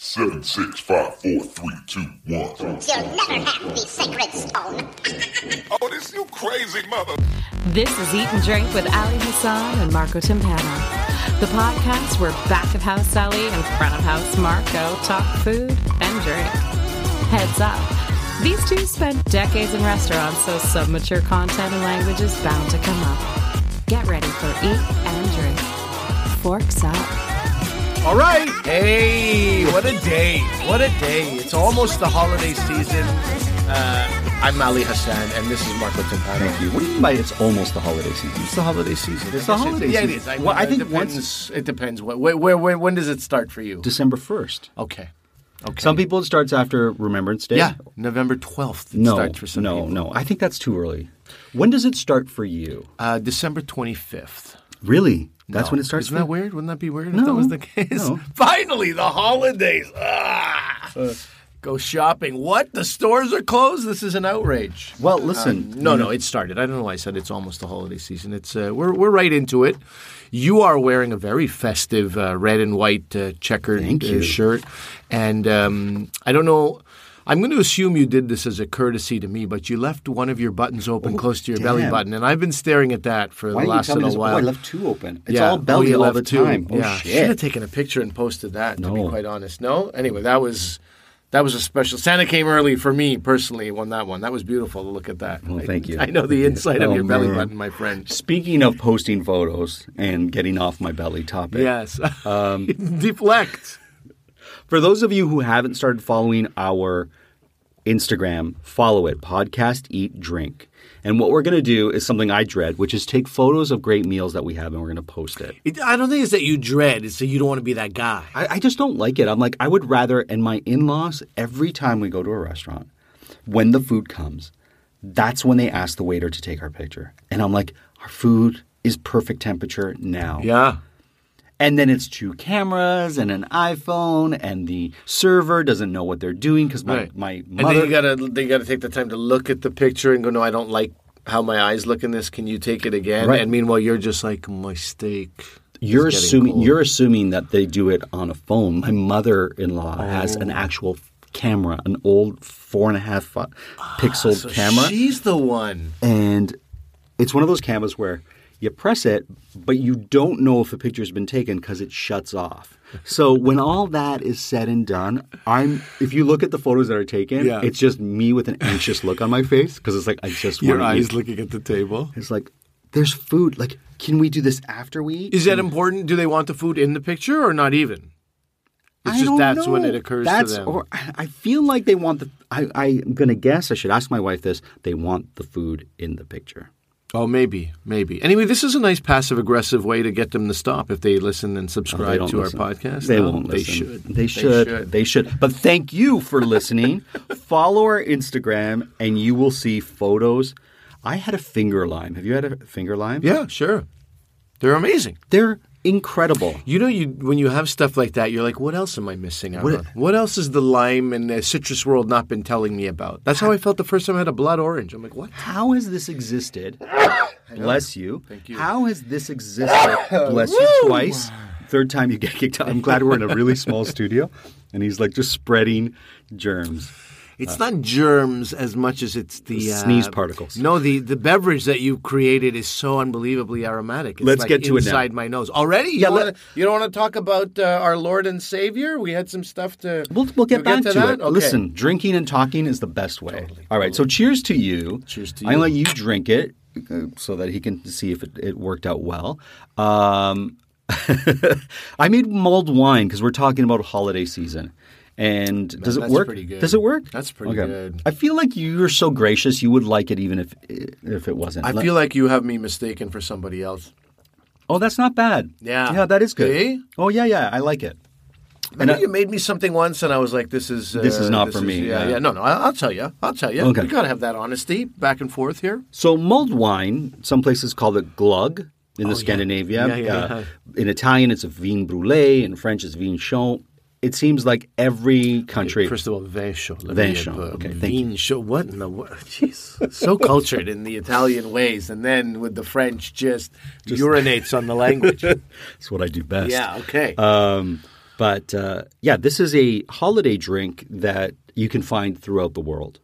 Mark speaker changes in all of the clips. Speaker 1: Seven, six, five, four, three, two, one.
Speaker 2: You'll never have the sacred stone.
Speaker 1: Oh, this you crazy mother.
Speaker 3: This is Eat and Drink with Ali Hassan and Marco Timpano, the podcast where back of house Ali and front of house Marco talk food and drink. Heads up, these two spent decades in restaurants, so some mature content and language is bound to come up. Get ready for Eat and Drink. Forks up.
Speaker 4: All right. Hey, what a day. What a day. It's almost the holiday season. Uh, I'm Ali Hassan, and this is Marco Timpano.
Speaker 5: Thank you. What do you mean by it's almost the holiday season? It's the holiday season. It's the holiday
Speaker 4: Yeah,
Speaker 5: season.
Speaker 4: it is. I,
Speaker 5: well, I
Speaker 4: it
Speaker 5: think
Speaker 4: depends,
Speaker 5: once
Speaker 4: it depends. Wh- Where, where, where, when does it start for you?
Speaker 5: December 1st.
Speaker 4: Okay. Okay.
Speaker 5: Some people it starts after Remembrance Day.
Speaker 4: Yeah, November 12th it
Speaker 5: No,
Speaker 4: starts for some
Speaker 5: no,
Speaker 4: people.
Speaker 5: no. I think that's too early. When does it start for you?
Speaker 4: Uh, December 25th.
Speaker 5: Really? That's
Speaker 4: No.
Speaker 5: when it starts
Speaker 4: Isn't
Speaker 5: for
Speaker 4: that weird? Wouldn't that be weird if
Speaker 5: No,
Speaker 4: that was the case?
Speaker 5: no. Uh.
Speaker 4: Finally, the holidays. Ah! Go shopping. What? The stores are closed? This is an outrage.
Speaker 5: Well, listen.
Speaker 4: Uh, Um, No, no, it started. I don't know why I said it's almost the holiday season. It's uh, we're we're right into it. You are wearing a very festive uh, red and white uh, checkered
Speaker 5: Thank
Speaker 4: uh,
Speaker 5: you.
Speaker 4: shirt, and um, I don't know. I'm going to assume you did this as a courtesy to me, but you left one of your buttons open close to your belly
Speaker 5: Oh, damn.
Speaker 4: button, and I've been staring at that for
Speaker 5: Why
Speaker 4: the
Speaker 5: didn't you
Speaker 4: last
Speaker 5: tell me
Speaker 4: little
Speaker 5: this? Oh,
Speaker 4: while.
Speaker 5: I left two open. It's
Speaker 4: Yeah.
Speaker 5: all
Speaker 4: Oh,
Speaker 5: belly
Speaker 4: you
Speaker 5: all
Speaker 4: left
Speaker 5: the
Speaker 4: two.
Speaker 5: time. Oh,
Speaker 4: yeah.
Speaker 5: shit.
Speaker 4: Should have taken a picture and posted that. To be
Speaker 5: No.
Speaker 4: quite honest, no. Anyway, that was that was a special. Santa came early for me personally. Won that one. That was beautiful to look at that.
Speaker 5: Well,
Speaker 4: I-
Speaker 5: thank you.
Speaker 4: I know the inside of
Speaker 5: Oh,
Speaker 4: your belly
Speaker 5: man.
Speaker 4: button, my friend.
Speaker 5: Speaking of posting photos and getting off my belly topic,
Speaker 4: Yes. Um, Deflect.
Speaker 5: For those of you who haven't started following our Instagram, follow it podcast eat drink. And what we're going to do is something I dread, which is take photos of great meals that we have and we're going to post it.
Speaker 4: It, I don't think it's that you dread. It's that you don't want to be that guy.
Speaker 5: I, I just don't like it. I'm like, I would rather, and my in laws, every time we go to a restaurant, when the food comes, that's when they ask the waiter to take our picture. And I'm like, our food is perfect temperature now.
Speaker 4: Yeah.
Speaker 5: And then it's two cameras and an iPhone, and the server doesn't know what they're doing because my,
Speaker 4: Right.
Speaker 5: my
Speaker 4: and then
Speaker 5: mother.
Speaker 4: you gotta they gotta take the time to look at the picture and go, no, I don't like how my eyes look in this. Can you take it again?
Speaker 5: Right.
Speaker 4: And meanwhile, you're just like my steak.
Speaker 5: You're
Speaker 4: is getting
Speaker 5: assuming
Speaker 4: cold."
Speaker 5: you're assuming that they do it on a phone. My mother-in-law has
Speaker 4: Oh.
Speaker 5: an actual f- camera, an old four and a half fi- pixel
Speaker 4: So
Speaker 5: camera,
Speaker 4: She's the one.
Speaker 5: and it's one of those cameras where you press it, but you don't know if the picture's been taken because it shuts off. So when all that is said and done, I'm. If you look at the photos that are taken,
Speaker 4: Yeah.
Speaker 5: it's just me with an anxious look on my face because it's like I just want to eat.
Speaker 4: looking at the table.
Speaker 5: It's like there's food. Like, can we do this after we eat?
Speaker 4: Is that important? Do they want the food in the picture or not even? It's
Speaker 5: I
Speaker 4: just
Speaker 5: don't
Speaker 4: that's when
Speaker 5: know.
Speaker 4: it occurs
Speaker 5: That's-
Speaker 4: to them.
Speaker 5: Or, I I feel like they want the. I, I'm gonna guess. I should ask my wife this. They want the food in the picture.
Speaker 4: Oh, maybe, maybe. Anyway, this is a nice passive aggressive way to get them to stop if they listen and
Speaker 5: they
Speaker 4: subscribe
Speaker 5: don't
Speaker 4: to
Speaker 5: listen.
Speaker 4: our podcast.
Speaker 5: They
Speaker 4: No,
Speaker 5: won't
Speaker 4: They
Speaker 5: listen.
Speaker 4: should.
Speaker 5: They should. They should. But thank you for listening. Follow our Instagram, and you will see photos. I had a finger lime. Have you had a finger lime?
Speaker 4: Yeah, sure. They're amazing.
Speaker 5: They're incredible.
Speaker 4: You know, you when you have stuff like that, you're like, what else am I missing out
Speaker 5: What-
Speaker 4: on? What else has the lime and the citrus world not been telling me about? That's how I felt the first time I had a blood orange. I'm like, what?
Speaker 5: How has this existed? Bless you. Thank you. How has this existed? Bless you twice. Third time you get kicked out. I'm glad we're in a really small studio. And he's like just spreading germs.
Speaker 4: It's not germs as much as it's the
Speaker 5: Uh,
Speaker 4: uh,
Speaker 5: Sneeze particles.
Speaker 4: No, the, the beverage that you've created is so unbelievably aromatic. It's
Speaker 5: Let's
Speaker 4: like
Speaker 5: get to it now.
Speaker 4: inside my nose already. You
Speaker 5: Yeah,
Speaker 4: wanna-
Speaker 5: let-
Speaker 4: you don't want to talk about uh, our Lord and Savior. We had some stuff to.
Speaker 5: We'll, we'll get back to,
Speaker 4: that?
Speaker 5: it.
Speaker 4: Okay.
Speaker 5: Listen, drinking and talking is the best way. All right, so cheers to you.
Speaker 4: Cheers to
Speaker 5: I
Speaker 4: you.
Speaker 5: let you drink it uh, so that he can see if it, it worked out well. Um, I made mulled wine because we're talking about holiday season. And does it
Speaker 4: that's
Speaker 5: work?
Speaker 4: pretty good.
Speaker 5: Does it work?
Speaker 4: That's pretty good.
Speaker 5: I feel like you're so gracious. You would like it even if if it wasn't.
Speaker 4: I
Speaker 5: Let-
Speaker 4: feel like you have me mistaken for somebody else.
Speaker 5: oh, that's not bad.
Speaker 4: Yeah.
Speaker 5: yeah, that is good.
Speaker 4: See?
Speaker 5: Oh yeah, yeah, I like it.
Speaker 4: Remember
Speaker 5: I-
Speaker 4: you made me something once, and I was like, "This is uh,
Speaker 5: This is not for me,
Speaker 4: Yeah, yeah,
Speaker 5: yeah.
Speaker 4: No, no. I- I'll tell you. I'll tell you.
Speaker 5: Okay.
Speaker 4: We gotta have that honesty back and forth here.
Speaker 5: So mulled wine, some places call it glug in the Scandinavia.
Speaker 4: Oh,
Speaker 5: Uh,
Speaker 4: Yeah, yeah, yeah.
Speaker 5: In Italian, it's vin brûlé. In French, it's vin chaud. It seems like every country.
Speaker 4: First of all, vin chaud. Let
Speaker 5: Vin
Speaker 4: me,
Speaker 5: chaud.
Speaker 4: uh,
Speaker 5: Okay, thank
Speaker 4: vin chaud. What in the world? Jeez. So cultured in the Italian ways, and then with the French, just, urinates on the language.
Speaker 5: That's what I do best.
Speaker 4: yeah, okay.
Speaker 5: Um, But uh, yeah, this is a holiday drink that you can find throughout the world.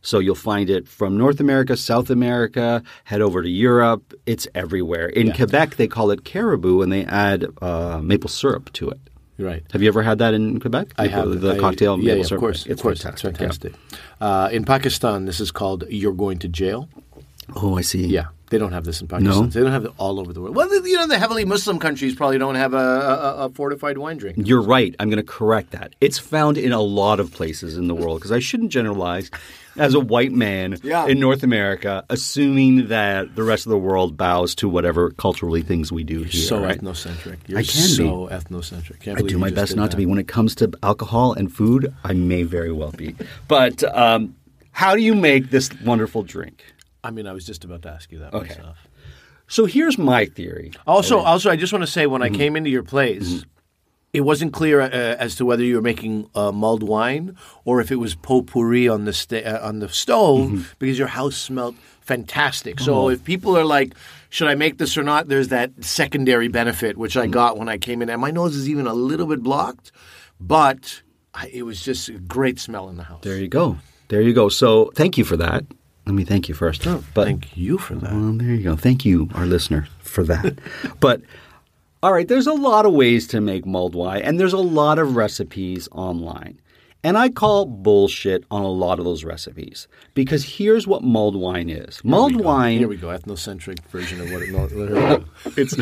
Speaker 5: So you'll find it from North America, South America, head over to Europe. It's everywhere. In Quebec, they call it caribou and they add uh, maple syrup to it.
Speaker 4: Right.
Speaker 5: Have you ever had that in Quebec?
Speaker 4: I
Speaker 5: Maple-
Speaker 4: have
Speaker 5: the
Speaker 4: I-
Speaker 5: cocktail
Speaker 4: Yeah,
Speaker 5: maple
Speaker 4: yeah,
Speaker 5: syrup.
Speaker 4: of course,
Speaker 5: It's
Speaker 4: of course,
Speaker 5: fantastic.
Speaker 4: it's
Speaker 5: yeah.
Speaker 4: fantastic. Uh, in Pakistan, this is called "You're Going to Jail."
Speaker 5: Oh, I see.
Speaker 4: Yeah, they don't have this in Pakistan.
Speaker 5: No?
Speaker 4: They don't have it all over the world. Well, the- you know, the heavily Muslim countries probably don't have a, a, a fortified wine drink.
Speaker 5: You're right. I'm going to correct that. It's found in a lot of places in the world because I shouldn't generalize as a white man
Speaker 4: Yeah.
Speaker 5: in North America, assuming that the rest of the world bows to whatever culturally things we do here.
Speaker 4: so
Speaker 5: right?
Speaker 4: ethnocentric. You're
Speaker 5: I can be.
Speaker 4: so ethnocentric. Can't
Speaker 5: I
Speaker 4: believe
Speaker 5: do
Speaker 4: you
Speaker 5: my
Speaker 4: just
Speaker 5: best
Speaker 4: did
Speaker 5: not
Speaker 4: that.
Speaker 5: to be. When it comes to alcohol and food, I may very well be. But um, how do you make this wonderful drink?
Speaker 4: I mean, I was just about to ask you that
Speaker 5: Okay.
Speaker 4: myself.
Speaker 5: So here's my theory.
Speaker 4: Also, also, I just want to say
Speaker 5: Mm-hmm.
Speaker 4: when I came into your place, it wasn't clear uh, as to whether you were making uh, mulled wine or if it was potpourri on the sta- uh, on the stove
Speaker 5: Mm-hmm.
Speaker 4: because your house smelled fantastic. So
Speaker 5: Uh-huh.
Speaker 4: if people are like, "Should I make this or not?" There's that secondary benefit which
Speaker 5: Mm-hmm.
Speaker 4: I got when I came in, and my nose is even a little bit blocked, but I, it was just a great smell in the house.
Speaker 5: There you go. There you go. So thank you for that. Let me thank you first. but
Speaker 4: Oh, Thank you for that.
Speaker 5: Well, there you go. Thank you, our listener, for that. but all right, there's a lot of ways to make mulled wine, and there's a lot of recipes online. And I call bullshit on a lot of those recipes because here's what mulled wine is. mulled wine
Speaker 4: Here we go, ethnocentric version of what it. No, no,
Speaker 5: it's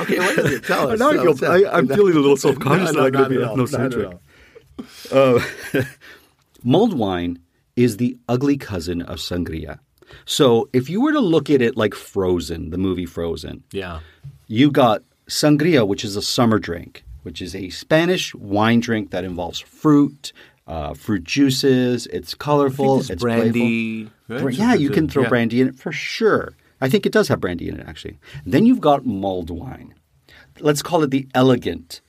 Speaker 4: okay, what is it? Tell us.
Speaker 5: Now I
Speaker 4: tell
Speaker 5: feel-
Speaker 4: us, tell
Speaker 5: I-
Speaker 4: us.
Speaker 5: I'm feeling a little self-conscious that I could
Speaker 4: not
Speaker 5: be
Speaker 4: at all, not at
Speaker 5: ethnocentric.
Speaker 4: all.
Speaker 5: mulled wine is the ugly cousin of sangria. So if you were to look at it like Frozen, the movie Frozen,
Speaker 4: Yeah.
Speaker 5: you got sangria, which is a summer drink, which is a Spanish wine drink that involves fruit, uh, fruit juices. It's colorful.
Speaker 4: there's
Speaker 5: it's
Speaker 4: brandy,
Speaker 5: Playful.
Speaker 4: right?
Speaker 5: Bra- Yeah, you can throw
Speaker 4: Yeah.
Speaker 5: brandy in it for sure. I think it does have brandy in it actually. Then you've got mulled wine. Let's call it the elegant,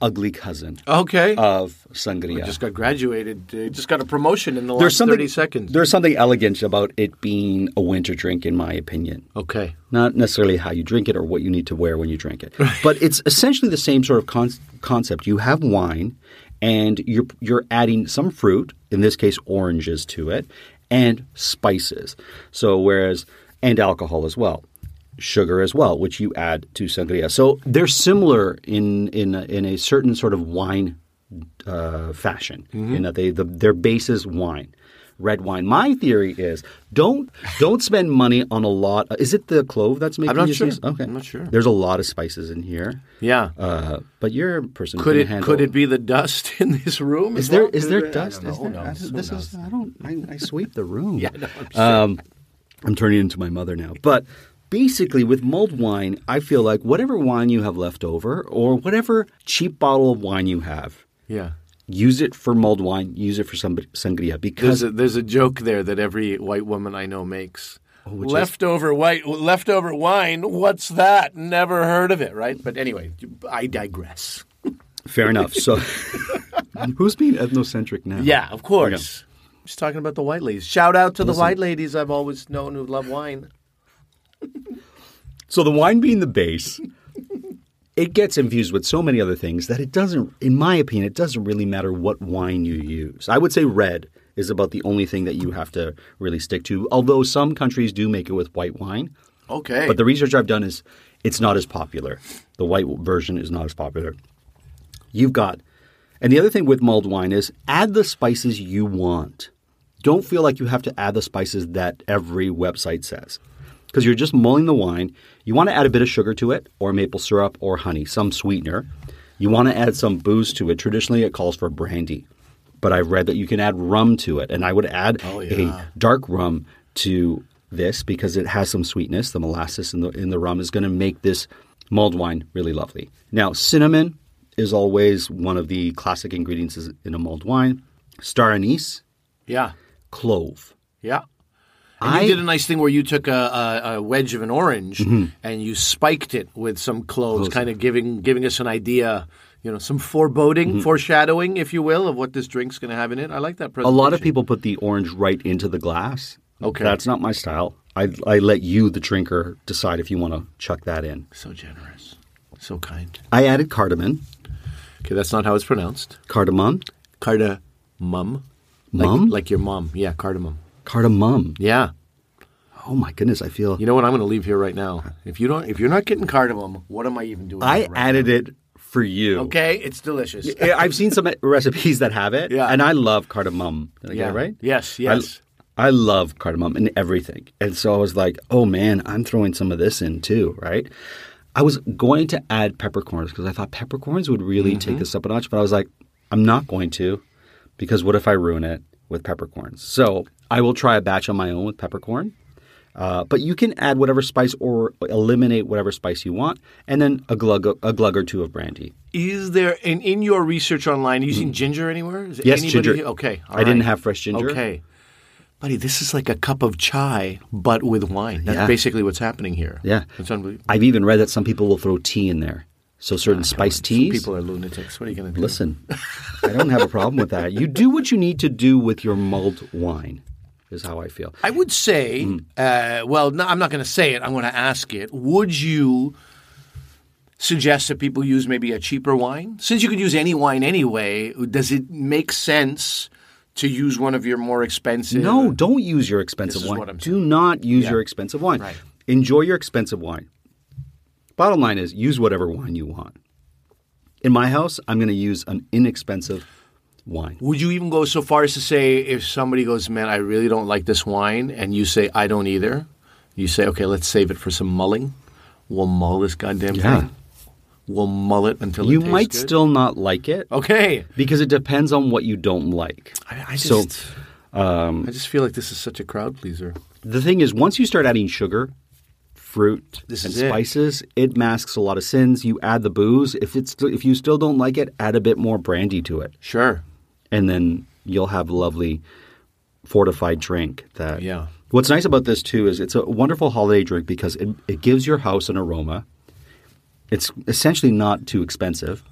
Speaker 5: ugly cousin
Speaker 4: Okay.
Speaker 5: of sangria.
Speaker 4: Oh. just got graduated. Uh, just got a promotion in the
Speaker 5: there's
Speaker 4: last
Speaker 5: something
Speaker 4: 30 seconds.
Speaker 5: There's something elegant about it being a winter drink, in my opinion
Speaker 4: okay.
Speaker 5: not necessarily how you drink it or what you need to wear when you drink it. But it's essentially the same sort of con- concept. You have wine, and you're you're adding some fruit, in this case oranges, to it, and spices. So whereas and alcohol as well, sugar as well, which you add to sangria. So they're similar in in a- in a certain sort of wine uh, fashion. You
Speaker 4: Mm-hmm.
Speaker 5: know, they the, their base is wine, red wine. My theory is don't don't spend money on a lot. Is it the clove that's making
Speaker 4: not
Speaker 5: you
Speaker 4: sure.
Speaker 5: sneeze? Okay,
Speaker 4: I'm not sure.
Speaker 5: There's a lot of spices in here.
Speaker 4: Yeah.
Speaker 5: uh, but you're a person. who
Speaker 4: could
Speaker 5: can
Speaker 4: it
Speaker 5: handle-
Speaker 4: could it be the dust in this room?
Speaker 5: Is
Speaker 4: as
Speaker 5: there
Speaker 4: well?
Speaker 5: is there
Speaker 4: I
Speaker 5: dust?
Speaker 4: don't
Speaker 5: Is
Speaker 4: know.
Speaker 5: there,
Speaker 4: Who
Speaker 5: I-
Speaker 4: knows? Who
Speaker 5: this
Speaker 4: knows?
Speaker 5: is I don't I, I sweep the room. yeah,
Speaker 4: no, I'm
Speaker 5: um, I'm turning into my mother now, but. Basically, with mulled wine, I feel like whatever wine you have left over, or whatever cheap bottle of wine you have,
Speaker 4: Yeah.
Speaker 5: use it for mulled wine, use it for some sangria
Speaker 4: There's
Speaker 5: because
Speaker 4: a, there's a joke there that every white woman I know makes.
Speaker 5: which is-
Speaker 4: leftover white leftover wine. What's that? Never heard of it, right? But anyway, I digress.
Speaker 5: fair enough. So who's being ethnocentric now?
Speaker 4: Yeah, of course. Just talking about the white ladies. Shout out to the white ladies I've always known who love wine.
Speaker 5: So the wine being the base, it gets infused with so many other things that it doesn't in my opinion it doesn't really matter what wine you use. I would say red is about the only thing that you have to really stick to, although some countries do make it with white wine.
Speaker 4: Okay.
Speaker 5: But the research I've done is it's not as popular. The white version is not as popular. You've got, and the other thing with mulled wine is add the spices you want. Don't feel like you have to add the spices that every website says. Because you're just mulling the wine. You want to add a bit of sugar to it, or maple syrup, or honey, some sweetener. You want to add some booze to it. Traditionally, it calls for brandy. But I've read that you can add rum to it. And I would add a dark rum to this because it has some sweetness. The molasses in the in the rum is going to make this mulled wine really lovely. Now, cinnamon is always one of the classic ingredients is- in a mulled wine. Star anise,
Speaker 4: yeah.
Speaker 5: clove.
Speaker 4: Yeah. And
Speaker 5: I-
Speaker 4: you did a nice thing where you took a, a, a wedge of an orange
Speaker 5: Mm-hmm.
Speaker 4: and you spiked it with some cloves, kind of giving giving us an idea, you know, some foreboding,
Speaker 5: Mm-hmm.
Speaker 4: foreshadowing, if you will, of what this drink's going to have in it. I like that
Speaker 5: A
Speaker 4: presentation.
Speaker 5: lot of people put the orange right into the glass.
Speaker 4: Okay.
Speaker 5: that's not my style. I I let you, the drinker, decide if you want to chuck that in.
Speaker 4: so generous. So kind.
Speaker 5: I added cardamom.
Speaker 4: Okay, that's not how it's pronounced.
Speaker 5: Cardamom?
Speaker 4: Cardamom. Like-
Speaker 5: Mum?
Speaker 4: Like, your mom. Yeah, cardamom.
Speaker 5: Cardamom.
Speaker 4: Yeah.
Speaker 5: Oh my goodness, I feel.
Speaker 4: You know what? I'm going to leave here right now. If you don't, if you're not getting cardamom, what am I even doing?
Speaker 5: I
Speaker 4: here right
Speaker 5: added it for you.
Speaker 4: now? Okay, it's delicious.
Speaker 5: I- I've seen some recipes that have it,
Speaker 4: Yeah.
Speaker 5: and I love cardamom. Did I get
Speaker 4: Yeah.
Speaker 5: it right?
Speaker 4: Yes,
Speaker 5: I-
Speaker 4: yes.
Speaker 5: I, love cardamom and everything. And so I was like, oh man, I'm throwing some of this in too, right? I was going to add peppercorns because I thought peppercorns would really
Speaker 4: Mm-hmm.
Speaker 5: take this up a notch, but I was like, I'm not going to because what if I ruin it with peppercorns? So I will try a batch on my own with peppercorn. Uh, but you can add whatever spice or eliminate whatever spice you want, and then a glug, a glug or two of brandy.
Speaker 4: Is there in, in your research online are you using ginger anywhere? Is
Speaker 5: Mm. Yes,
Speaker 4: anybody-
Speaker 5: ginger.
Speaker 4: Okay, all
Speaker 5: I didn't
Speaker 4: right.
Speaker 5: have fresh ginger.
Speaker 4: Okay, buddy, this is like a cup of chai, but with wine. That's
Speaker 5: Yeah.
Speaker 4: basically what's happening here.
Speaker 5: Yeah.
Speaker 4: it's unbelievable.
Speaker 5: I've even read that some people will throw tea in there. So certain
Speaker 4: Ah,
Speaker 5: spice
Speaker 4: Some
Speaker 5: teas.
Speaker 4: people are lunatics. What are you going to do?
Speaker 5: Listen, I don't have a problem with that. You do what you need to do with your mulled wine, is how I feel.
Speaker 4: I would say,
Speaker 5: Mm.
Speaker 4: uh, well, no, I'm not going to say it. I'm going to ask it. Would you suggest that people use maybe a cheaper wine? Since you could use any wine anyway, does it make sense to use one of your more expensive?
Speaker 5: No, don't use your expensive
Speaker 4: uh, This is
Speaker 5: wine.
Speaker 4: what I'm
Speaker 5: do not use your expensive wine.
Speaker 4: Right.
Speaker 5: Enjoy your expensive wine. Bottom line is use whatever wine you want. In my house, I'm going to use an inexpensive wine.
Speaker 4: Would you even go so far as to say if somebody goes, man, I really don't like this wine, and you say, I don't either, you say, okay, let's save it for some mulling. We'll mull this goddamn
Speaker 5: Yeah.
Speaker 4: thing. We'll mull it until it
Speaker 5: You
Speaker 4: tastes
Speaker 5: might
Speaker 4: good.
Speaker 5: still not like it
Speaker 4: Okay.
Speaker 5: because it depends on what you don't like.
Speaker 4: I, I just,
Speaker 5: So- um,
Speaker 4: I just feel like this is such a crowd pleaser.
Speaker 5: The thing is, once you start adding sugar, fruit,
Speaker 4: This
Speaker 5: and
Speaker 4: is it.
Speaker 5: spices, it masks a lot of sins. You add the booze. If it's if you still don't like it, add a bit more brandy to it,
Speaker 4: Sure.
Speaker 5: and then you'll have a lovely fortified drink. That
Speaker 4: Yeah.
Speaker 5: What's nice about this too is it's a wonderful holiday drink because it, it gives your house an aroma. It's essentially not too expensive.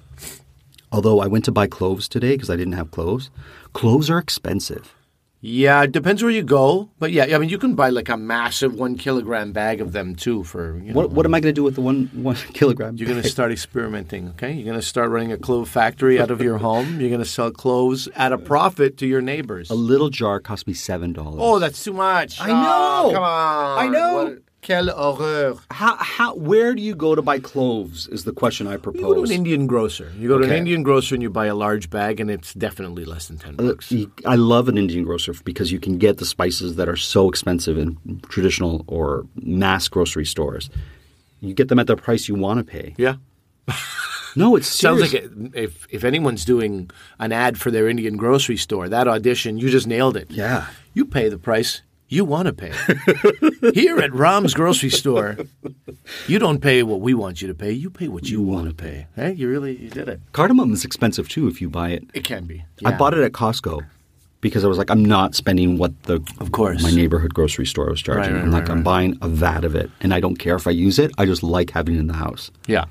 Speaker 5: Although I went to buy cloves today because I didn't have cloves. Cloves are expensive.
Speaker 4: Yeah, it depends where you go, but yeah, I mean, you can buy like a massive one kilogram bag of them too. For you know,
Speaker 5: What, what am I going to do with the one one kilogram?
Speaker 4: you're going to start experimenting. Okay, you're going to start running a clove factory out of your home. You're going to sell cloves at a profit to your neighbors.
Speaker 5: A little jar cost me seven dollars.
Speaker 4: Oh, that's too much.
Speaker 5: I
Speaker 4: Oh,
Speaker 5: know.
Speaker 4: come on.
Speaker 5: I know.
Speaker 4: What- Quelle horreur.
Speaker 5: how, how? Where do you go to buy cloves? Is the question
Speaker 4: You
Speaker 5: I
Speaker 4: go to
Speaker 5: propose.
Speaker 4: an Indian grocer. You go to an
Speaker 5: Okay. Uh,
Speaker 4: Indian grocer and you buy a large bag, and it's definitely less than ten bucks.
Speaker 5: You- I love an Indian grocer because you can get the spices that are so expensive in traditional or mass grocery stores. You get them at the price you want to pay.
Speaker 4: Yeah.
Speaker 5: No, it's
Speaker 4: Sounds
Speaker 5: serious.
Speaker 4: like it, if if anyone's doing an ad for their Indian grocery store, that audition, you just nailed it.
Speaker 5: Yeah.
Speaker 4: You pay the price you want to pay. Here at Rom's grocery store, you don't pay what we want you to pay. You pay what you, want to pay. Hey, you really you did it.
Speaker 5: Cardamom is expensive too if you buy it.
Speaker 4: It can be.
Speaker 5: I bought it at Costco because I was like, I'm not spending what the of
Speaker 4: course.
Speaker 5: my neighborhood grocery store was charging.
Speaker 4: right,
Speaker 5: I'm like,
Speaker 4: right,
Speaker 5: I'm
Speaker 4: right.
Speaker 5: buying a vat of it, and I don't care if I use it. I just like having it in the house.
Speaker 4: Yeah.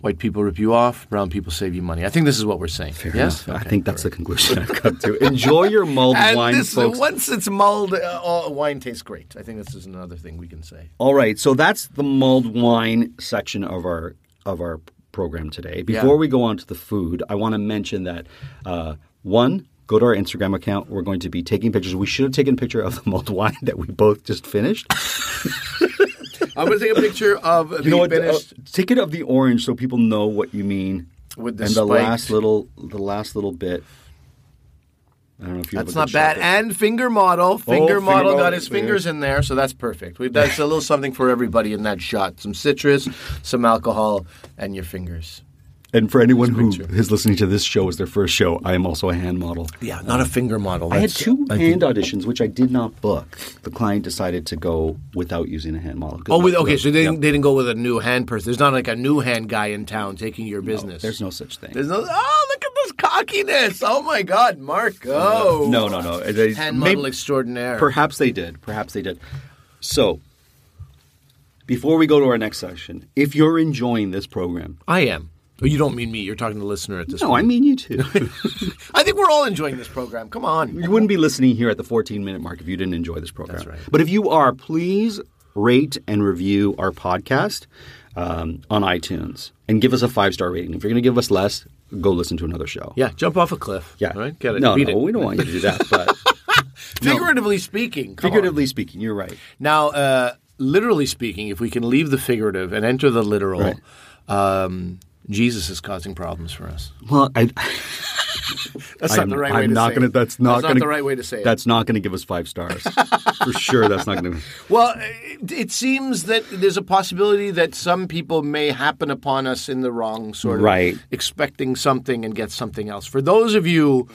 Speaker 4: White people rip you off. Brown people save you money. I think this is what we're saying. yes.
Speaker 5: I
Speaker 4: Okay.
Speaker 5: think that's the conclusion I've come to. Enjoy your mulled
Speaker 4: And
Speaker 5: wine,
Speaker 4: this,
Speaker 5: folks.
Speaker 4: once it's mulled, uh, all- wine tastes great. I think this is another thing we can say.
Speaker 5: All right, so that's the mulled wine section of our of our program today. Before we go on to the food, I want to mention that uh, one, go to our Instagram account. We're going to be taking pictures. We should have taken a picture of the mulled wine that we both just finished.
Speaker 4: I'm going to take a picture of the
Speaker 5: You know what? Uh,
Speaker 4: finished.
Speaker 5: take it of the orange so people know what you mean.
Speaker 4: With the
Speaker 5: and the last
Speaker 4: spiked-
Speaker 5: little, the last little bit. I don't know if you. have
Speaker 4: That's
Speaker 5: a
Speaker 4: not
Speaker 5: good
Speaker 4: bad.
Speaker 5: shot there. Oh,
Speaker 4: And finger model, finger
Speaker 5: finger
Speaker 4: model got
Speaker 5: model,
Speaker 4: his
Speaker 5: yeah.
Speaker 4: fingers in there, so that's perfect. We, that's a little something for everybody in that shot: some citrus, some alcohol, and your fingers.
Speaker 5: And for anyone who
Speaker 4: picture.
Speaker 5: is listening to this show as their first show, I am also a hand model.
Speaker 4: Yeah, not a finger model.
Speaker 5: I had two hand auditions, which I did not book. The client decided to go without using a hand model. 'Cause
Speaker 4: Oh, with,
Speaker 5: that's
Speaker 4: okay.
Speaker 5: the-
Speaker 4: So they,
Speaker 5: yeah,
Speaker 4: didn't- they didn't go with a new hand person. There's not like a new hand guy in town taking your business.
Speaker 5: there's no such thing.
Speaker 4: There's no. Oh, look at this cockiness! Oh my God, Marco.
Speaker 5: No, no, no. They-
Speaker 4: Hand
Speaker 5: maybe-
Speaker 4: model extraordinaire.
Speaker 5: Perhaps they did. Perhaps they did. So, before we go to our next section, if you're enjoying this program,
Speaker 4: I am. Oh, you don't mean me. You're talking to the listener at this
Speaker 5: no, I
Speaker 4: point.
Speaker 5: mean you too.
Speaker 4: I think we're all enjoying this program. Come on.
Speaker 5: you wouldn't be listening here at the 14 minute mark if you didn't enjoy this program.
Speaker 4: That's right.
Speaker 5: But if you are, please rate and review our podcast. um, on iTunes and give us a five star rating. If you're going to give us less, go listen to another show.
Speaker 4: Yeah, jump off a cliff.
Speaker 5: Yeah.
Speaker 4: All right, get it.
Speaker 5: No,
Speaker 4: Beat
Speaker 5: no,
Speaker 4: it.
Speaker 5: we don't want you to do that. But
Speaker 4: Figuratively speaking. come on.
Speaker 5: figuratively speaking, you're right.
Speaker 4: Now, uh, literally speaking, if we can leave the figurative and enter the literal,
Speaker 5: Right.
Speaker 4: um, Jesus is causing problems for us.
Speaker 5: Well, I,
Speaker 4: That's not
Speaker 5: I'm,
Speaker 4: the right way
Speaker 5: I'm
Speaker 4: to
Speaker 5: not
Speaker 4: say
Speaker 5: gonna,
Speaker 4: it.
Speaker 5: That's not
Speaker 4: that's
Speaker 5: gonna,
Speaker 4: not the right way to say it.
Speaker 5: That's not going to give us five stars for sure. That's not going to.
Speaker 4: Well, it, it seems that there's a possibility that some people may happen upon us in the wrong sort of
Speaker 5: Right.
Speaker 4: expecting something and get something else. For those of you,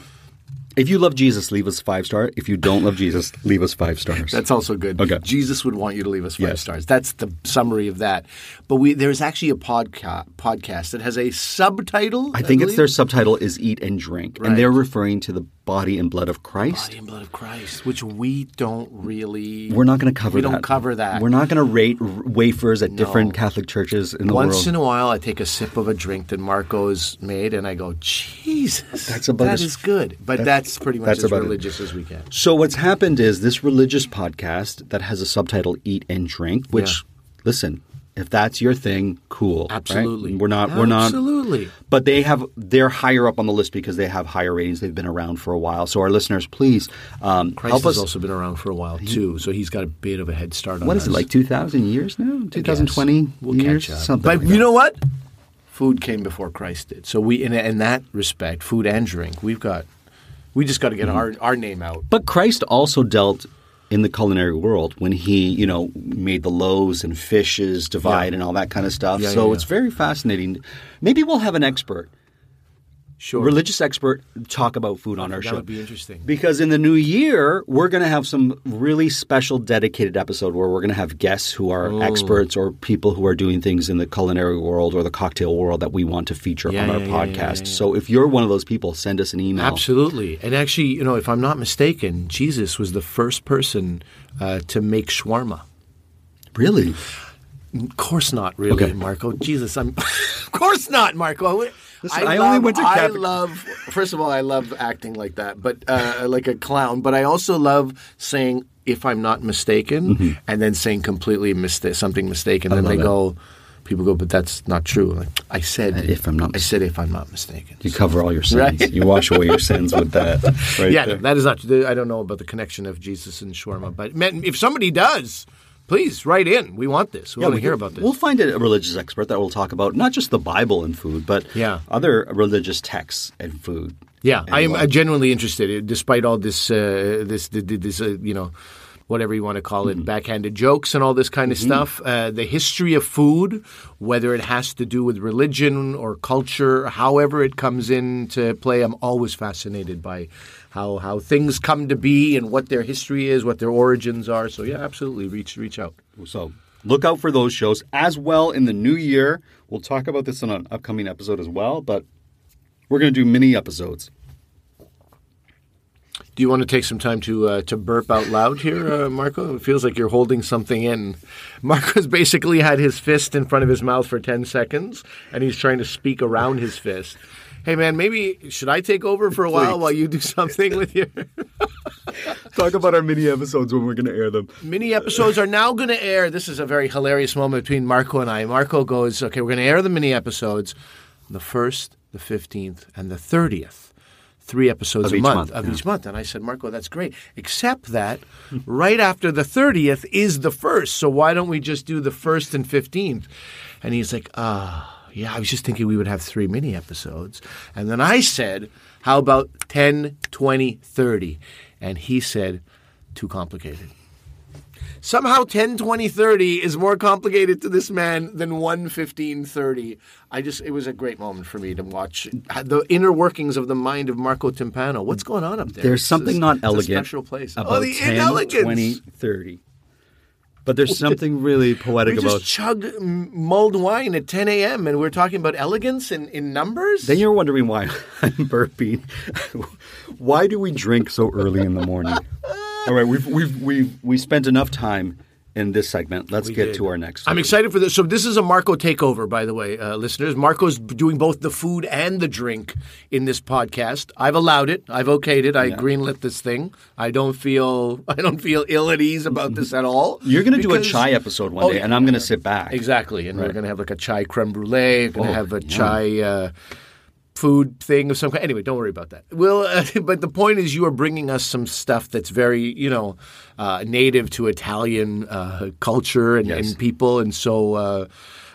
Speaker 5: If you love Jesus, leave us five star. If you don't love Jesus, leave us five stars.
Speaker 4: that's also good.
Speaker 5: Okay.
Speaker 4: Jesus would want you to leave us five
Speaker 5: Yes.
Speaker 4: stars. That's the summary of that. But we there's actually a podca- podcast that has a subtitle.
Speaker 5: I think it's
Speaker 4: believe?
Speaker 5: their subtitle is "Eat and Drink,"
Speaker 4: Right.
Speaker 5: and they're referring to the body and blood of Christ.
Speaker 4: body and blood of Christ, which we don't really.
Speaker 5: We're not going to cover
Speaker 4: We
Speaker 5: that.
Speaker 4: don't cover that.
Speaker 5: We're not going to rate r- wafers at different Catholic churches in the
Speaker 4: Once
Speaker 5: world.
Speaker 4: in a while, I take a sip of a drink that Marco's made, and I go, "Jesus,
Speaker 5: That's about
Speaker 4: that
Speaker 5: as-
Speaker 4: is good." But
Speaker 5: that's-
Speaker 4: that's, pretty much
Speaker 5: that's
Speaker 4: as
Speaker 5: about it.
Speaker 4: religious as we get.
Speaker 5: so what's happened is this religious podcast that has a subtitle "Eat and Drink," which listen, if that's your thing, cool. right?
Speaker 4: Absolutely,
Speaker 5: We're not. We're not.
Speaker 4: Absolutely.
Speaker 5: But they have they're higher up on the list because they have higher ratings. They've been around for a while. So our listeners, please um,
Speaker 4: Christ
Speaker 5: help
Speaker 4: has
Speaker 5: us.
Speaker 4: also been around for a while too, so he's got a bit of a head start on
Speaker 5: what
Speaker 4: us.
Speaker 5: is it like? Two thousand years now? Two thousand twenty
Speaker 4: We'll
Speaker 5: years?
Speaker 4: catch up.
Speaker 5: Something.
Speaker 4: but
Speaker 5: like
Speaker 4: you
Speaker 5: that.
Speaker 4: know what? Food came before Christ did. So we, in, in that respect, food and drink, we've got, we just got to get our our name out.
Speaker 5: But Christ also dealt in the culinary world when he, you know, made the loaves and fishes divide and all that kind of stuff.
Speaker 4: Yeah,
Speaker 5: so
Speaker 4: yeah,
Speaker 5: it's
Speaker 4: yeah.
Speaker 5: very fascinating. Maybe we'll have an expert,
Speaker 4: Sure,
Speaker 5: religious expert, talk about food on our
Speaker 4: that
Speaker 5: show.
Speaker 4: would be interesting.
Speaker 5: Because in the new year, we're going to have some really special dedicated episode where we're going to have guests who are
Speaker 4: Oh.
Speaker 5: experts or people who are doing things in the culinary world or the cocktail world that we want to feature
Speaker 4: Yeah,
Speaker 5: on our
Speaker 4: yeah, yeah, yeah,
Speaker 5: podcast. So if you're one of those people, send us an email.
Speaker 4: Absolutely. And actually, you know, if I'm not mistaken, Jesus was the first person uh, to make shawarma.
Speaker 5: Really?
Speaker 4: Of course not, really,
Speaker 5: Okay.
Speaker 4: Marco. Jesus, I'm. of course not, Marco.
Speaker 5: Listen, I only went to
Speaker 4: I
Speaker 5: Catholic-
Speaker 4: love. First of all, I love acting like that, but uh, like a clown. But I also love saying, "If I'm not mistaken,"
Speaker 5: Mm-hmm.
Speaker 4: and then saying completely mista- something mistaken. then they go, people go, "But that's not true." Like, I said,
Speaker 5: Uh, if I'm not
Speaker 4: I said, "If I'm not mistaken."
Speaker 5: You cover all your sins.
Speaker 4: Right.
Speaker 5: You wash away your sins with that. Right
Speaker 4: yeah,
Speaker 5: there.
Speaker 4: no, that is not. I don't know about the connection of Jesus and shawarma, but man, if somebody does, please write in. We want this. We want to hear about this.
Speaker 5: We'll find a religious expert that will talk about not just the Bible and food, but
Speaker 4: Yeah.
Speaker 5: other religious texts and food.
Speaker 4: yeah,
Speaker 5: And
Speaker 4: I am
Speaker 5: what-
Speaker 4: uh, genuinely interested, uh, despite all this, uh, this, th- th- this, uh, you know, whatever you want to call it, backhanded jokes and all this kind of stuff. Uh, the history of food, whether it has to do with religion or culture, however it comes into play, I'm always fascinated by. How, how things come to be and what their history is, what their origins are. So yeah, absolutely, reach reach out.
Speaker 5: So look out for those shows as well in the new year. We'll talk about this in an upcoming episode as well, but we're going to do mini episodes.
Speaker 4: Do you want to take some time to uh, to burp out loud here, uh, Marco? It feels like you're holding something in. Marco's basically had his fist in front of his mouth for ten seconds, and he's trying to speak around his fist. Hey, man, maybe should I take over for a while
Speaker 5: Please.
Speaker 4: while you do something with your
Speaker 5: Talk about our mini episodes when we're going to air them.
Speaker 4: mini episodes are now going to air. This is a very hilarious moment between Marco and I. Marco goes, "Okay, we're going to air the mini episodes, the first, the fifteenth, and the thirtieth, three episodes
Speaker 5: Of
Speaker 4: a
Speaker 5: each
Speaker 4: month,
Speaker 5: month,
Speaker 4: of
Speaker 5: yeah.
Speaker 4: each month." And I said, "Marco, that's great, except that right after the thirtieth is the first. So why don't we just do the first and fifteenth? And he's like, "Ah." yeah, I was just thinking we would have three mini episodes. And then I said, how about 10, 20, 30? And he said, too complicated. Somehow 10, 20, 30 is more complicated to this man than 1, 15, 30. I just, it was a great moment for me to watch the inner workings of the mind of Marco Timpano. What's going on up there?
Speaker 5: There's
Speaker 4: It's
Speaker 5: something
Speaker 4: a-
Speaker 5: not
Speaker 4: it's a
Speaker 5: elegant
Speaker 4: special place.
Speaker 5: about
Speaker 4: oh, the
Speaker 5: 10,
Speaker 4: inelegance.
Speaker 5: 20, 30. But there's something really poetic
Speaker 4: we
Speaker 5: about
Speaker 4: just chug mm, mulled wine at 10 a.m. and we're talking about elegance in, in numbers?
Speaker 5: Then you're wondering why I'm burping. why do we drink so early in the morning? All right, we've we've we've we spent enough time in this segment. Let's get
Speaker 4: did.
Speaker 5: to our next.
Speaker 4: I'm
Speaker 5: story.
Speaker 4: excited for this. So this is a Marco takeover, by the way, uh, listeners. Marco's b- doing both the food and the drink in this podcast. I've allowed it. I've okayed it. I greenlit this thing. I don't feel I don't feel ill at ease about this at all.
Speaker 5: You're going to do a
Speaker 4: because-
Speaker 5: chai episode one
Speaker 4: Oh,
Speaker 5: day,
Speaker 4: yeah.
Speaker 5: and I'm going to sit back. Oh,
Speaker 4: Exactly, and we're going to have like a chai creme brulee. We're going to have a chai uh, food thing of some kind. Anyway, don't worry about that. Well, uh, but the point is, you are bringing us some stuff that's very, you know, uh, native to Italian uh, culture and,
Speaker 5: Yes.
Speaker 4: and people, and so uh,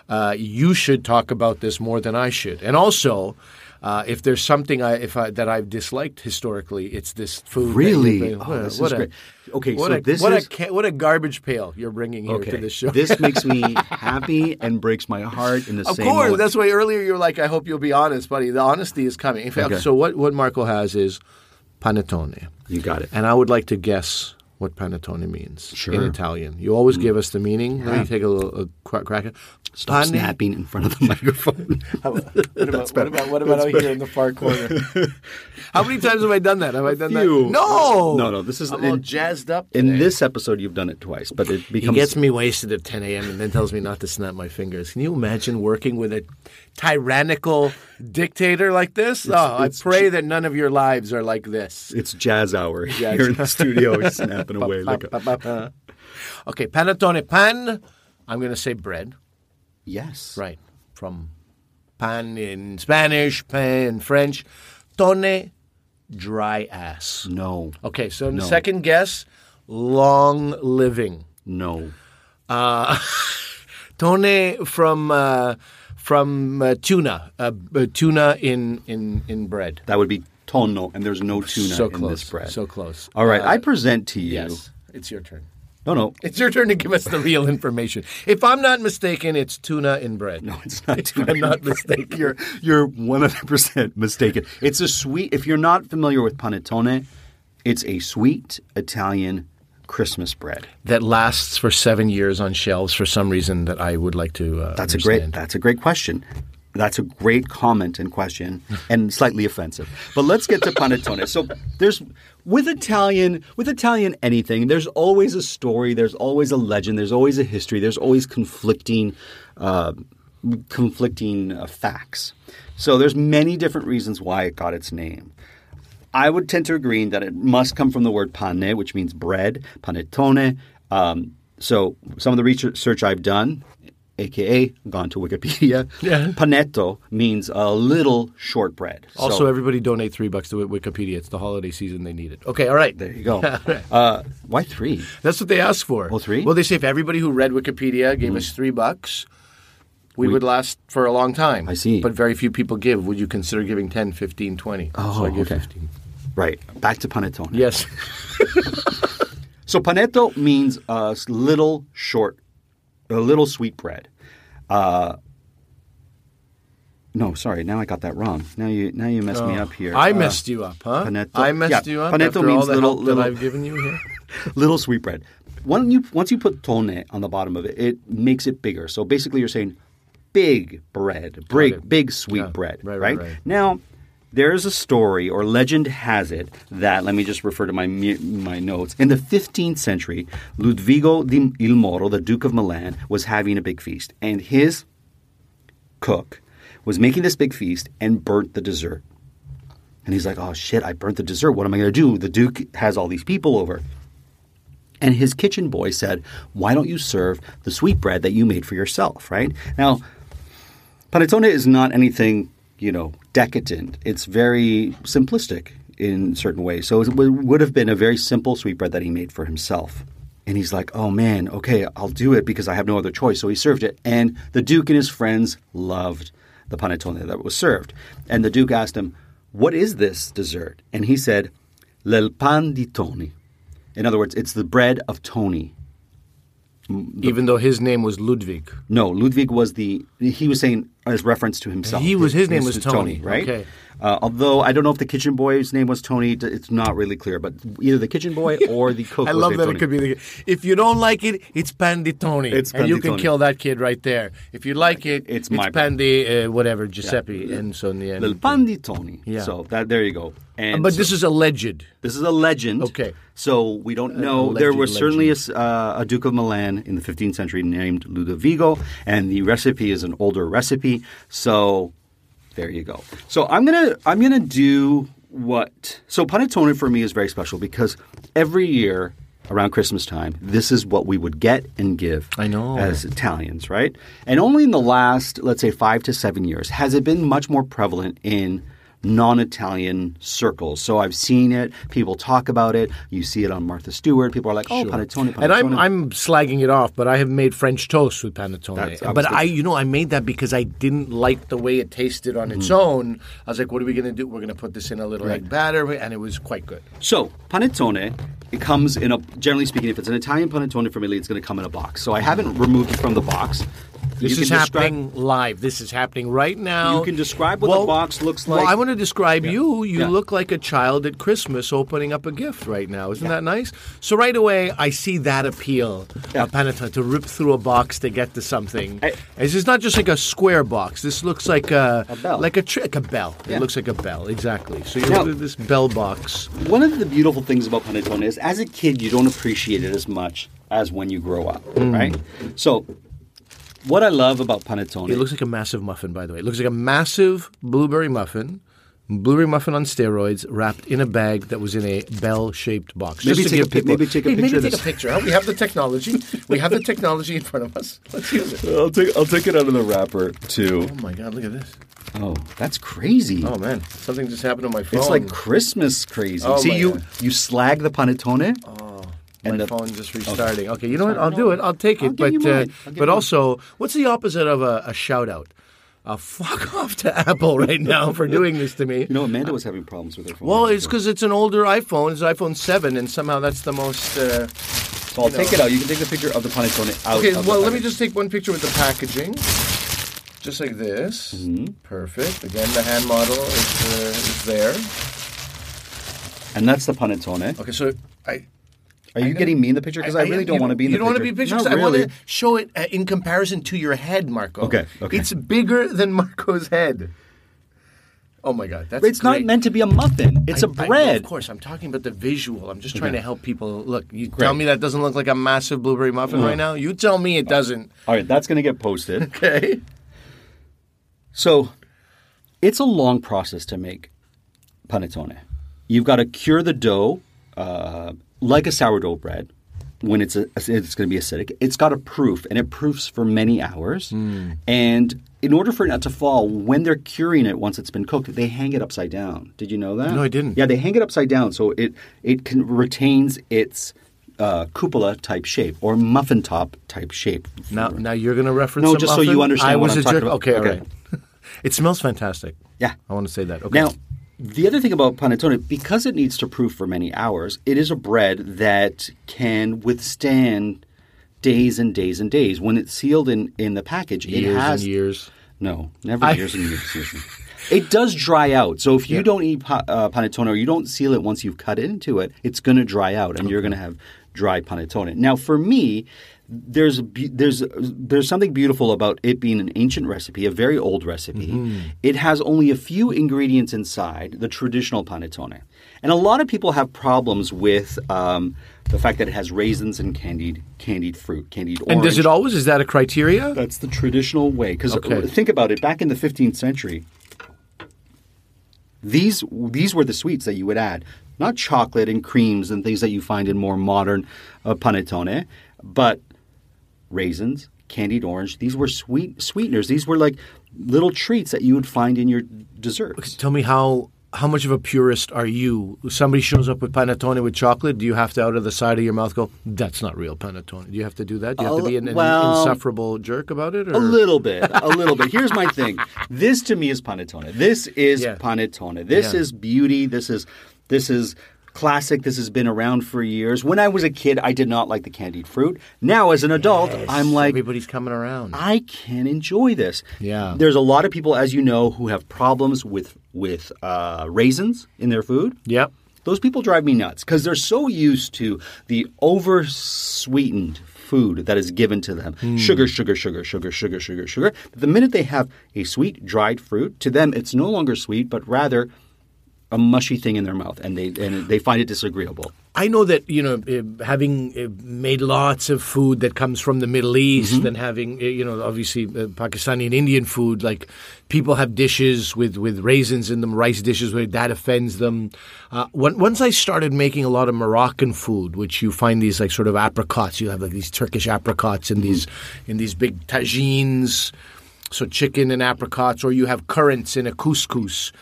Speaker 4: uh, you should talk about this more than I should. And also. Uh, if there's something I, if I, that I've disliked historically, it's this food. that
Speaker 5: Really?
Speaker 4: you're bringing-
Speaker 5: Oh, this is
Speaker 4: a-
Speaker 5: great. Okay,
Speaker 4: what
Speaker 5: so
Speaker 4: a,
Speaker 5: this
Speaker 4: what
Speaker 5: is-
Speaker 4: a ca- what a garbage pail you're bringing here to this show.
Speaker 5: this makes me happy and breaks my heart in the
Speaker 4: Of
Speaker 5: same
Speaker 4: course,
Speaker 5: moment.
Speaker 4: that's why earlier you were like, "I hope you'll be honest, buddy." The honesty is coming. In fact,
Speaker 5: Okay.
Speaker 4: so what? What Marco has is panettone,
Speaker 5: you got it.
Speaker 4: and I would like to guess what panettone means in
Speaker 5: Sure.
Speaker 4: Italian. You always give us the meaning. Let me take a little a crack, crack at.
Speaker 5: Stop
Speaker 4: Pane-
Speaker 5: snapping in front of the microphone.
Speaker 4: How- What about, what about what about out here in the far corner? How many times have I done that? Have I done
Speaker 5: few.
Speaker 4: that? No,
Speaker 5: No, no, this is-
Speaker 4: I'm all
Speaker 5: in-
Speaker 4: jazzed up.
Speaker 5: in
Speaker 4: today.
Speaker 5: this episode, you've done it twice, but it
Speaker 4: He
Speaker 5: becomes
Speaker 4: gets me wasted at 10 a.m. and then tells me not to snap my fingers. Can you imagine working with a tyrannical dictator like this? oh, I
Speaker 5: it's
Speaker 4: pray that none of your lives are like this.
Speaker 5: it's jazz hour here in the studio. He's snapping away. Like a,
Speaker 4: Okay, panettone pan. I'm going to say bread.
Speaker 5: yes,
Speaker 4: Right. From pan in Spanish, pan in French. Tone, dry ass.
Speaker 5: No,
Speaker 4: Okay, so
Speaker 5: Mm. No.
Speaker 4: second guess, long living.
Speaker 5: no.
Speaker 4: Tone from uh, from uh, tuna, uh, b- tuna in in in bread.
Speaker 5: That would be tonno, and there's no tuna
Speaker 4: so
Speaker 5: in
Speaker 4: close,
Speaker 5: this bread.
Speaker 4: So close. Uh,
Speaker 5: All right, I present to you.
Speaker 4: Yes, it's your turn.
Speaker 5: No, no,
Speaker 4: It's your turn to give us the real information. If I'm not mistaken, it's tuna in bread.
Speaker 5: No, it's not tuna.
Speaker 4: I'm not mistaken.
Speaker 5: You're you're one hundred percent mistaken. It's a sweet. If you're not familiar with panettone, it's a sweet Italian Christmas bread.
Speaker 4: That lasts for seven years on shelves for some reason that I would like to. Uh,
Speaker 5: That's a great.
Speaker 4: understand.
Speaker 5: That's a great question. That's a great comment and question, and slightly offensive. But let's get to panettone. So there's with Italian, with Italian anything. There's always a story. There's always a legend. There's always a history. There's always conflicting, uh, conflicting uh, facts. So there's many different reasons why it got its name. I would tend to agree that it must come from the word pane, which means bread, panettone. Um, so some of the research I've done, aka gone to Wikipedia,
Speaker 4: Yeah.
Speaker 5: panetto means a little shortbread.
Speaker 4: Also,
Speaker 5: so,
Speaker 4: everybody donate three bucks to Wik- Wikipedia. It's the holiday season; they need it. Okay, all right.
Speaker 5: there you go. uh, why three?
Speaker 4: That's what they ask for.
Speaker 5: Oh, three? Hmm.
Speaker 4: Well, they say if everybody who read Wikipedia gave us three bucks, we, would last for a long time.
Speaker 5: I see.
Speaker 4: But very few people give. Would you consider giving 10, 15, 20? so
Speaker 5: Oh,
Speaker 4: I give
Speaker 5: okay.
Speaker 4: 15.
Speaker 5: Right. Back to panettone.
Speaker 4: Yes.
Speaker 5: So panetto means a s- little short, a little sweet bread. Uh, no, sorry. Now I got that wrong. Now you now you messed me up here.
Speaker 4: Oh. I
Speaker 5: Uh,
Speaker 4: messed you up, huh?
Speaker 5: Panetto-
Speaker 4: I messed
Speaker 5: yeah,
Speaker 4: you up
Speaker 5: panetto
Speaker 4: after
Speaker 5: means
Speaker 4: all the
Speaker 5: little-
Speaker 4: help
Speaker 5: little-
Speaker 4: that I've given you here.
Speaker 5: little sweetbread. When you once you put tone on the bottom of it, it makes it bigger. So basically, you're saying big bread, big
Speaker 4: it.
Speaker 5: big sweet
Speaker 4: Yeah.
Speaker 5: bread,
Speaker 4: Right,
Speaker 5: right,
Speaker 4: right, right.
Speaker 5: Now, there is a story, or legend has it that let me just refer to my mu- my notes. In the 15th century, Ludvigo di Il Moro, the Duke of Milan, was having a big feast, and his cook was making this big feast and burnt the dessert. And he's like, "Oh shit, I burnt the dessert. What am I going to do? The duke has all these people over." And his kitchen boy said, Why don't you serve the sweetbread that you made for yourself, right? Now, panettone is not anything, you know, decadent. It's very simplistic in certain ways. So it w- would have been a very simple sweetbread that he made for himself. And he's like, Oh man, okay, I'll do it because I have no other choice. So he served it. And the Duke and his friends loved the panettone that was served. And the Duke asked him, What is this dessert? And he said, L'el pan di Tony. In other words, it's the bread of Tony.
Speaker 4: Even though his name was Ludwig.
Speaker 5: No, Ludwig was the he was saying as reference to himself.
Speaker 4: He was- his name was
Speaker 5: is
Speaker 4: Tony,
Speaker 5: right?
Speaker 4: okay.
Speaker 5: Uh, although I don't know if the kitchen boy's name was Tony, d- it's not really clear. But either the kitchen boy or the cook.
Speaker 4: I
Speaker 5: was
Speaker 4: love
Speaker 5: named
Speaker 4: that
Speaker 5: Tony.
Speaker 4: it could be the. If you don't like it, it's Panditoni.
Speaker 5: It's
Speaker 4: and you can
Speaker 5: Panditoni.
Speaker 4: kill that kid right there. If you like it,
Speaker 5: It's
Speaker 4: it's,
Speaker 5: my
Speaker 4: Pandi, uh, whatever Giuseppe, and so in the end.
Speaker 5: Little Pandi Tony.
Speaker 4: Yeah. Uh,
Speaker 5: So that there you go. And
Speaker 4: but
Speaker 5: so-
Speaker 4: this is alleged.
Speaker 5: This is a legend.
Speaker 4: Okay.
Speaker 5: So we don't know.
Speaker 4: alleged
Speaker 5: there was certainly a, s- uh, a Duke of Milan in the 15th century named Ludovico, and the recipe is an older recipe. So there you go. So I'm gonna I'm gonna do what. So panettone for me is very special because every year around Christmas time, this is what we would get and give.
Speaker 4: I know.
Speaker 5: as Italians, right? And only in the last, let's say, five to seven years has it been much more prevalent in non Italian circles. So I've seen it, people talk about it, you see it on Martha Stewart, people are like, oh, panettone, panettone.
Speaker 4: And I'm I'm slagging it off, but I have made French toast with panettone.
Speaker 5: That's- I was
Speaker 4: but
Speaker 5: gonna-
Speaker 4: I, you know, I made that because I didn't like the way it tasted on its
Speaker 5: Mm.
Speaker 4: own. I was like, what are we going to do? We're going to put this in a little egg batter, and it was quite good.
Speaker 5: So panettone, it comes in a. Generally speaking, if it's an Italian panettone from Italy, it's going to come in a box. So I haven't removed it from the box.
Speaker 4: This
Speaker 5: You
Speaker 4: is
Speaker 5: can describe-
Speaker 4: happening live. This is happening right now.
Speaker 5: You can describe what the box looks like.
Speaker 4: Well, I want to describe you. You
Speaker 5: Yeah.
Speaker 4: look like a child at Christmas opening up a gift right now. Isn't that nice? So right away, I see that appeal
Speaker 5: Yeah.
Speaker 4: of panettone to rip through a box to get to something.
Speaker 5: I-
Speaker 4: this is not just like a square box. This looks like a,
Speaker 5: A bell.
Speaker 4: like a tri- like a bell.
Speaker 5: Yeah.
Speaker 4: It looks like a bell. Exactly. So you
Speaker 5: Now-
Speaker 4: order this bell box.
Speaker 5: One of the beautiful things about panettone is, as a kid, you don't appreciate it as much as when you grow up,
Speaker 4: Hmm.
Speaker 5: right? So, what I love about panettone,
Speaker 4: It looks like a massive muffin, by the way. It looks like a massive blueberry muffin, blueberry muffin on steroids, wrapped in a bag that was in a bell-shaped box.
Speaker 5: Maybe
Speaker 4: Just to
Speaker 5: take a
Speaker 4: give
Speaker 5: pic-
Speaker 4: people-
Speaker 5: maybe take a
Speaker 4: Hey,
Speaker 5: picture of
Speaker 4: Maybe
Speaker 5: this.
Speaker 4: take a picture. huh? We have the technology. we have the technology in front of us. Let's use it.
Speaker 5: I'll take I'll take it out of the wrapper too.
Speaker 4: Oh my God! Look at this.
Speaker 5: Oh, that's crazy.
Speaker 4: Oh man, something just happened on my phone.
Speaker 5: it's like Christmas crazy.
Speaker 4: Oh,
Speaker 5: See,
Speaker 4: my
Speaker 5: you
Speaker 4: God.
Speaker 5: you slag the panettone.
Speaker 4: my
Speaker 5: and the-
Speaker 4: phone just restarting. Okay. you know what? I'll do it. I'll take
Speaker 5: I'll
Speaker 4: it.
Speaker 5: give you
Speaker 4: but uh,
Speaker 5: mine. I'll give
Speaker 4: but
Speaker 5: you
Speaker 4: also, what's the opposite of a, a shout out? A fuck off to Apple right now for doing this to me.
Speaker 5: You know, Amanda was having problems with her phone.
Speaker 4: Well, it's because it's an older iPhone. It's iPhone 7, and somehow that's the most. Uh,
Speaker 5: So I'll take it out. You can take the picture of the panettone out.
Speaker 4: okay,
Speaker 5: of the
Speaker 4: well, let me
Speaker 5: package.
Speaker 4: just take one picture with the packaging. Just like this. Perfect. Again, the hand model is, uh, is there.
Speaker 5: And that's the panettone.
Speaker 4: Okay, so I.
Speaker 5: Are you getting me in the picture? Because I, really don't
Speaker 4: you-
Speaker 5: want to be in
Speaker 4: You
Speaker 5: the
Speaker 4: don't
Speaker 5: picture.
Speaker 4: want to be pictured.
Speaker 5: Not
Speaker 4: 'cause I
Speaker 5: really.
Speaker 4: want to show it uh, in comparison to your head, Marco.
Speaker 5: Okay, okay.
Speaker 4: It's bigger than Marco's head. Oh my God, that's
Speaker 5: It's not
Speaker 4: great.
Speaker 5: meant to be a muffin. It's a
Speaker 4: I- I-
Speaker 5: bread.
Speaker 4: of course, I'm talking about the visual. I'm just trying
Speaker 5: Okay.
Speaker 4: to help people. Look, you tell me that doesn't look like a massive blueberry muffin
Speaker 5: Mm.
Speaker 4: right now. You tell me it doesn't.
Speaker 5: All right, that's going to get posted.
Speaker 4: Okay.
Speaker 5: So it's a long process to make panettone. You've got to cure the dough uh, like a sourdough bread. When it's a, it's going to be acidic, it's got a proof, and it proofs for many hours.
Speaker 4: Hmm.
Speaker 5: And in order for it not to fall, when they're curing it, once it's been cooked, they hang it upside down. Did you know that?
Speaker 4: No, I didn't.
Speaker 5: Yeah, they hang it upside down so it it can, retains its uh, cupola type shape or muffin top type shape.
Speaker 4: Now, now you're going to reference.
Speaker 5: No,
Speaker 4: a
Speaker 5: just so you
Speaker 4: muffin?
Speaker 5: understand
Speaker 4: I
Speaker 5: what
Speaker 4: was
Speaker 5: I'm
Speaker 4: a
Speaker 5: talking
Speaker 4: jerk.
Speaker 5: about.
Speaker 4: Okay, all
Speaker 5: Okay.
Speaker 4: right. it smells fantastic.
Speaker 5: Yeah.
Speaker 4: I want to say that. Okay.
Speaker 5: Now, the other thing about panettone, because it needs to proof for many hours, it is a bread that can withstand days and days and days. When it's sealed in, in the package,
Speaker 4: years
Speaker 5: it has
Speaker 4: and years.
Speaker 5: No, never
Speaker 4: I-
Speaker 5: years and years. excuse me. It does dry out. So if you don't eat pa- uh, panettone or you don't seal it once you've cut into it, it's going to dry out, and you're going to have dry panettone. Now, for me, there's a be- there's there's something beautiful about it being an ancient recipe, a very old recipe.
Speaker 4: Mm-hmm.
Speaker 5: It has only a few ingredients inside the traditional panettone, and a lot of people have problems with um, the fact that it has raisins and candied candied fruit, candied orange.
Speaker 4: and does it always? Is that a criteria?
Speaker 5: That's the traditional way. Because
Speaker 4: Okay.
Speaker 5: think about it, back in the 15th century, these these were the sweets that you would add, not chocolate and creams and things that you find in more modern uh, panettone, but raisins, candied orange. These were sweet sweeteners. These were like little treats that you would find in your desserts.
Speaker 4: Tell me how how much of a purist are you? Somebody shows up with panettone with chocolate. Do you have to out of the side of your mouth go? That's not real panettone. Do you have to do that? Do you have to be an, an
Speaker 5: Oh, Well-
Speaker 4: insufferable jerk about it? Or?
Speaker 5: A little bit, a little bit. Here's my thing. This to me is panettone. This is
Speaker 4: Yeah.
Speaker 5: panettone. This
Speaker 4: Yeah.
Speaker 5: is beauty. This is this is classic. This has been around for years. When I was a kid, I did not like the candied fruit. Now, as an adult, I'm like,
Speaker 4: everybody's coming around.
Speaker 5: I can enjoy this.
Speaker 4: Yeah.
Speaker 5: There's a lot of people, as you know, who have problems with with uh, raisins in their food.
Speaker 4: Yep.
Speaker 5: Those people drive me nuts because they're so used to the over sweetened food that is given to them. Sugar, sugar, sugar, sugar, sugar, sugar, sugar. The minute they have a sweet dried fruit, to them it's no longer sweet, but rather a mushy thing in their mouth and they and they find it disagreeable.
Speaker 4: I know that you know, uh, having uh, made lots of food that comes from the Middle East, and having uh, you know, obviously uh, Pakistani and Indian food, like people have dishes with with raisins in them, rice dishes where that offends them. Uh, when, once I started making a lot of Moroccan food, which you find these like sort of apricots, you have like these Turkish apricots in these in these big tagines, so chicken and apricots, or you have currants in a couscous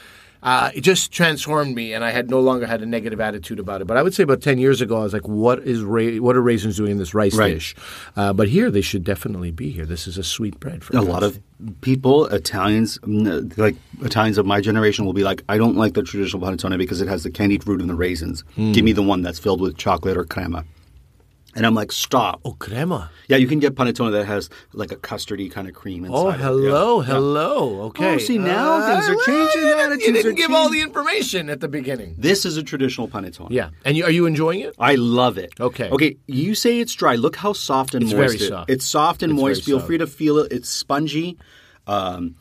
Speaker 4: uh, it just transformed me, and I had no longer had a negative attitude about it. But I would say about ten years ago, I was like, "What is ra- what are raisins doing in this rice
Speaker 5: Right.
Speaker 4: dish?" Uh, but here, they should definitely be here. This is a sweet bread for
Speaker 5: a lot of people, Italians, mm, like Italians of my generation, will be like, I don't like the traditional panettone because it has the candied fruit and the raisins. Give me the one that's filled with chocolate or crema. And I'm like, stop.
Speaker 4: oh crema.
Speaker 5: Yeah, you can get panettone that has like a custardy kind of cream inside.
Speaker 4: Oh
Speaker 5: it. Yeah.
Speaker 4: hello,
Speaker 5: Yeah.
Speaker 4: hello. Okay. Uh,
Speaker 5: Oh, see, now things are
Speaker 4: well,
Speaker 5: changing,
Speaker 4: You didn't,
Speaker 5: attitudes
Speaker 4: you didn't
Speaker 5: are
Speaker 4: give all the
Speaker 5: changing.
Speaker 4: information at the beginning.
Speaker 5: This is a traditional panettone.
Speaker 4: Yeah, and you, are you enjoying it?
Speaker 5: I love it.
Speaker 4: Okay.
Speaker 5: Okay, you say it's dry. Look how soft and
Speaker 4: It's
Speaker 5: moist
Speaker 4: very
Speaker 5: it-
Speaker 4: soft.
Speaker 5: It's soft and
Speaker 4: It's
Speaker 5: moist.
Speaker 4: very
Speaker 5: Feel
Speaker 4: soft.
Speaker 5: free to feel it. It's spongy. Um,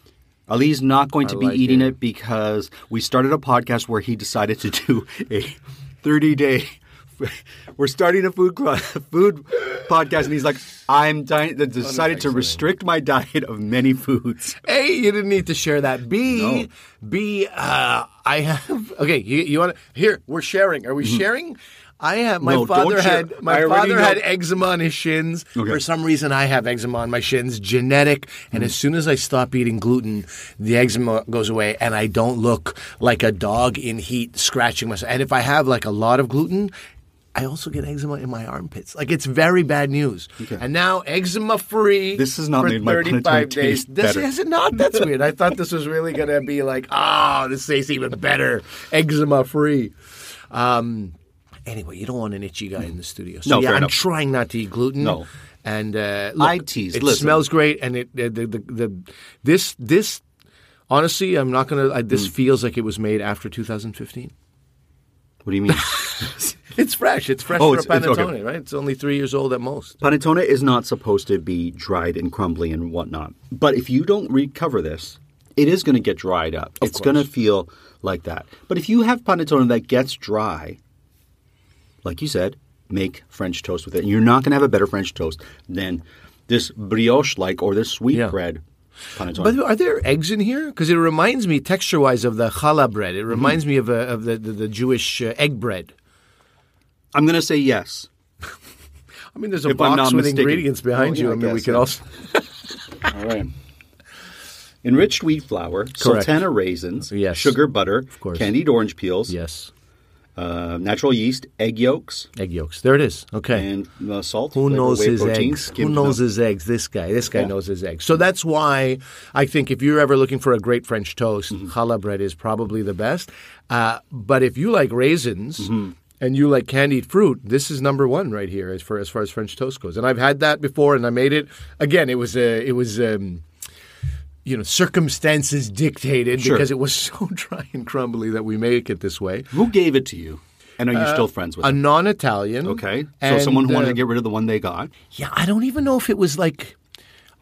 Speaker 5: Ali's not going to
Speaker 4: I
Speaker 5: be
Speaker 4: like
Speaker 5: eating
Speaker 4: it.
Speaker 5: it. because we started a podcast where he decided to do a 30 day. We're starting a food cl- food podcast, and he's like, "I'm di- decided to restrict my diet of many foods."
Speaker 4: A, you didn't need to share that. B, B, uh, I have. Okay, you, you want to here? We're sharing. Are we sharing? I have my
Speaker 5: Mm-hmm. No, don't
Speaker 4: father
Speaker 5: share.
Speaker 4: had my
Speaker 5: I already
Speaker 4: father had
Speaker 5: know.
Speaker 4: eczema on his shins.
Speaker 5: Okay. Mm-hmm.
Speaker 4: For some reason, I have eczema on my shins, genetic. And as soon as I stop eating gluten, the eczema goes away, and I don't look like a dog in heat scratching myself. And if I have like a lot of gluten. I also get eczema in my armpits. Like it's very bad news. And now eczema free.
Speaker 5: This has not
Speaker 4: for
Speaker 5: made my panettone
Speaker 4: 35 days.
Speaker 5: taste
Speaker 4: This
Speaker 5: better.
Speaker 4: has it not? That's weird. I thought this was really going to be like, ah, this tastes even better, eczema free. Um, anyway, you don't want an itchy guy in the studio. So
Speaker 5: No,
Speaker 4: yeah,
Speaker 5: fair
Speaker 4: I'm
Speaker 5: enough.
Speaker 4: trying not to eat gluten.
Speaker 5: No.
Speaker 4: And uh,
Speaker 5: I
Speaker 4: look,
Speaker 5: tease.
Speaker 4: It
Speaker 5: Listen.
Speaker 4: smells great, and it the, the, the, the this this honestly, I'm not gonna. I,
Speaker 5: Hmm.
Speaker 4: this feels like it was made after 2015.
Speaker 5: What do you mean?
Speaker 4: It's fresh. It's fresh
Speaker 5: Oh,
Speaker 4: for
Speaker 5: it's-
Speaker 4: a panettone,
Speaker 5: it's- okay.
Speaker 4: right? It's only three years old at most.
Speaker 5: Panettone is not supposed to be dried and crumbly and whatnot. But if you don't recover this, it is going to get dried up. it's going to feel like that. But if you have panettone that gets dry, like you said, make French toast with it. And you're not going to have a better French toast than this brioche like or this sweet
Speaker 4: Yeah.
Speaker 5: bread panettone.
Speaker 4: By the way, are there eggs in here? Because it reminds me texture-wise of the challah bread.
Speaker 5: Mm-hmm.
Speaker 4: It reminds me of, uh, of the, the, the Jewish uh, egg bread.
Speaker 5: I'm going to say yes.
Speaker 4: I mean, there's a
Speaker 5: If I'm
Speaker 4: box
Speaker 5: not
Speaker 4: with
Speaker 5: mistaken.
Speaker 4: ingredients behind
Speaker 5: Oh, yeah,
Speaker 4: you.
Speaker 5: I
Speaker 4: I mean, we
Speaker 5: guess,
Speaker 4: could
Speaker 5: yeah.
Speaker 4: also
Speaker 5: All right. Enriched wheat flour, sultana raisins,
Speaker 4: Yes.
Speaker 5: sugar butter,
Speaker 4: course.
Speaker 5: candied orange peels,
Speaker 4: yes,
Speaker 5: uh, natural yeast, egg yolks,
Speaker 4: egg yolks. There it is. Okay.
Speaker 5: and uh, salt.
Speaker 4: Who
Speaker 5: flavored
Speaker 4: knows
Speaker 5: whey
Speaker 4: his
Speaker 5: protein,
Speaker 4: eggs? Who
Speaker 5: skimmed
Speaker 4: knows
Speaker 5: milk.
Speaker 4: his eggs? This guy. This guy knows his eggs. So that's why I think if you're ever looking for a great French toast,
Speaker 5: Mm-hmm.
Speaker 4: challah bread is probably the best. Uh, but if you like raisins.
Speaker 5: Mm-hmm.
Speaker 4: And you like candied fruit? This is number one right here, as far as far as French toast goes. And I've had that before, and I made it again. It was a, it was um, you know circumstances dictated
Speaker 5: Sure.
Speaker 4: because it was so dry and crumbly that we make it this way.
Speaker 5: Who gave it to you? And are you still friends with
Speaker 4: Uh, a
Speaker 5: him?
Speaker 4: non-Italian.
Speaker 5: Okay. So
Speaker 4: And,
Speaker 5: someone wanted
Speaker 4: uh,
Speaker 5: to get rid of the one they got.
Speaker 4: Yeah, I don't even know if it was like.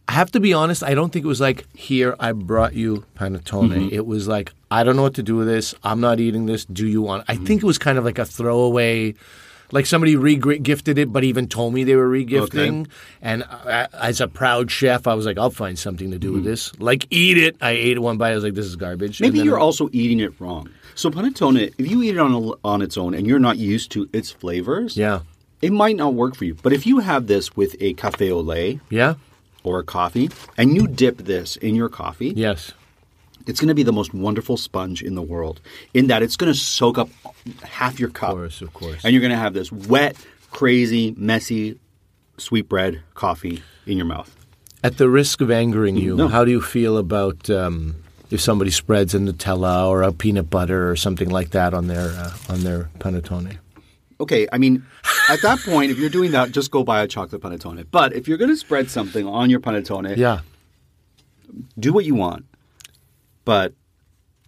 Speaker 4: I have to be honest. I don't think it was like here. I brought you panettone.
Speaker 5: Mm-hmm.
Speaker 4: It was like I don't know what to do with this. I'm not eating this. Do you want? I think it was kind of like a throwaway. Like somebody re-gifted it, but even told me they were re-gifting. And I, I- as a proud chef, I was like, "I'll find something to do with this." Like, eat it. I ate one bite. I was like, "This is garbage." And
Speaker 5: Mm-hmm. Maybe
Speaker 4: then
Speaker 5: you're
Speaker 4: I-
Speaker 5: also eating it wrong. So panettone, if you eat it on a, on its own and you're not used to its flavors,
Speaker 4: Yeah.
Speaker 5: it might not work for you. But if you have this with a cafe au lait
Speaker 4: Yeah.
Speaker 5: or a coffee, and you dip this in your coffee,
Speaker 4: Yes.
Speaker 5: it's going to be the most wonderful sponge in the world. In that it's going to soak up half your cup.
Speaker 4: Of course. Of course.
Speaker 5: and you're going to have this wet, crazy, messy sweetbread coffee in your mouth.
Speaker 4: At the risk of angering you,
Speaker 5: No.
Speaker 4: how do you feel about um, if somebody spreads a Nutella or a peanut butter or something like that on their uh, on their panettone.
Speaker 5: Okay, I mean, at that point, if you're doing that, just go buy a chocolate panettone. But if you're going to spread something on your panettone,
Speaker 4: Yeah.
Speaker 5: do what you want. But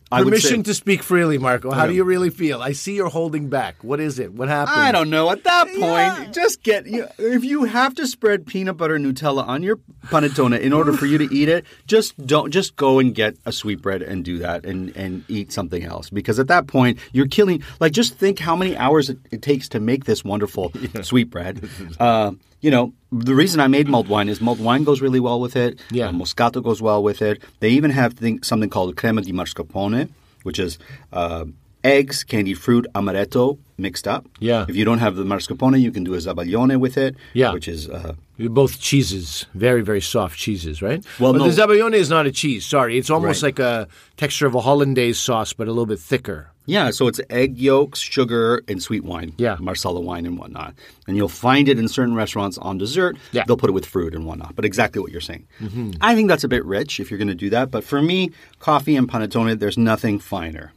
Speaker 5: I would say,
Speaker 4: Permission to speak freely, Marco. How do you really feel? I see you're holding back. What is it? What happened?
Speaker 5: I don't know. At that point, just get you, if you have to spread peanut butter Nutella on your panettone in order for you to eat it, just don't just go and get a sweetbread and do that and and eat something else because at that point you're killing like just think how many hours it, it takes to make this wonderful sweetbread. Uh, you know, the reason I made mulled wine is mulled wine goes really well with it.
Speaker 4: Yeah.
Speaker 5: Uh, Moscato goes well with it. They even have thing, something called crema di mascarpone, which is uh, eggs, candied fruit, amaretto mixed up.
Speaker 4: Yeah.
Speaker 5: If you don't have the mascarpone, you can do a zabaglione with it.
Speaker 4: Yeah.
Speaker 5: Which is uh,
Speaker 4: They're Both cheeses, very very soft cheeses, right?
Speaker 5: Well,
Speaker 4: but
Speaker 5: no.
Speaker 4: the zabaione is not a cheese. Sorry, it's almost
Speaker 5: Right.
Speaker 4: like a texture of a hollandaise sauce, but a little bit thicker.
Speaker 5: yeah. So it's egg yolks, sugar, and sweet wine.
Speaker 4: Yeah.
Speaker 5: Marsala wine and whatnot. And you'll find it in certain restaurants on dessert.
Speaker 4: Yeah. Mm-hmm.
Speaker 5: They'll put it with fruit and whatnot. But exactly what you're saying. I think that's a bit rich if you're going to do that. But for me, coffee and panettone, there's nothing finer.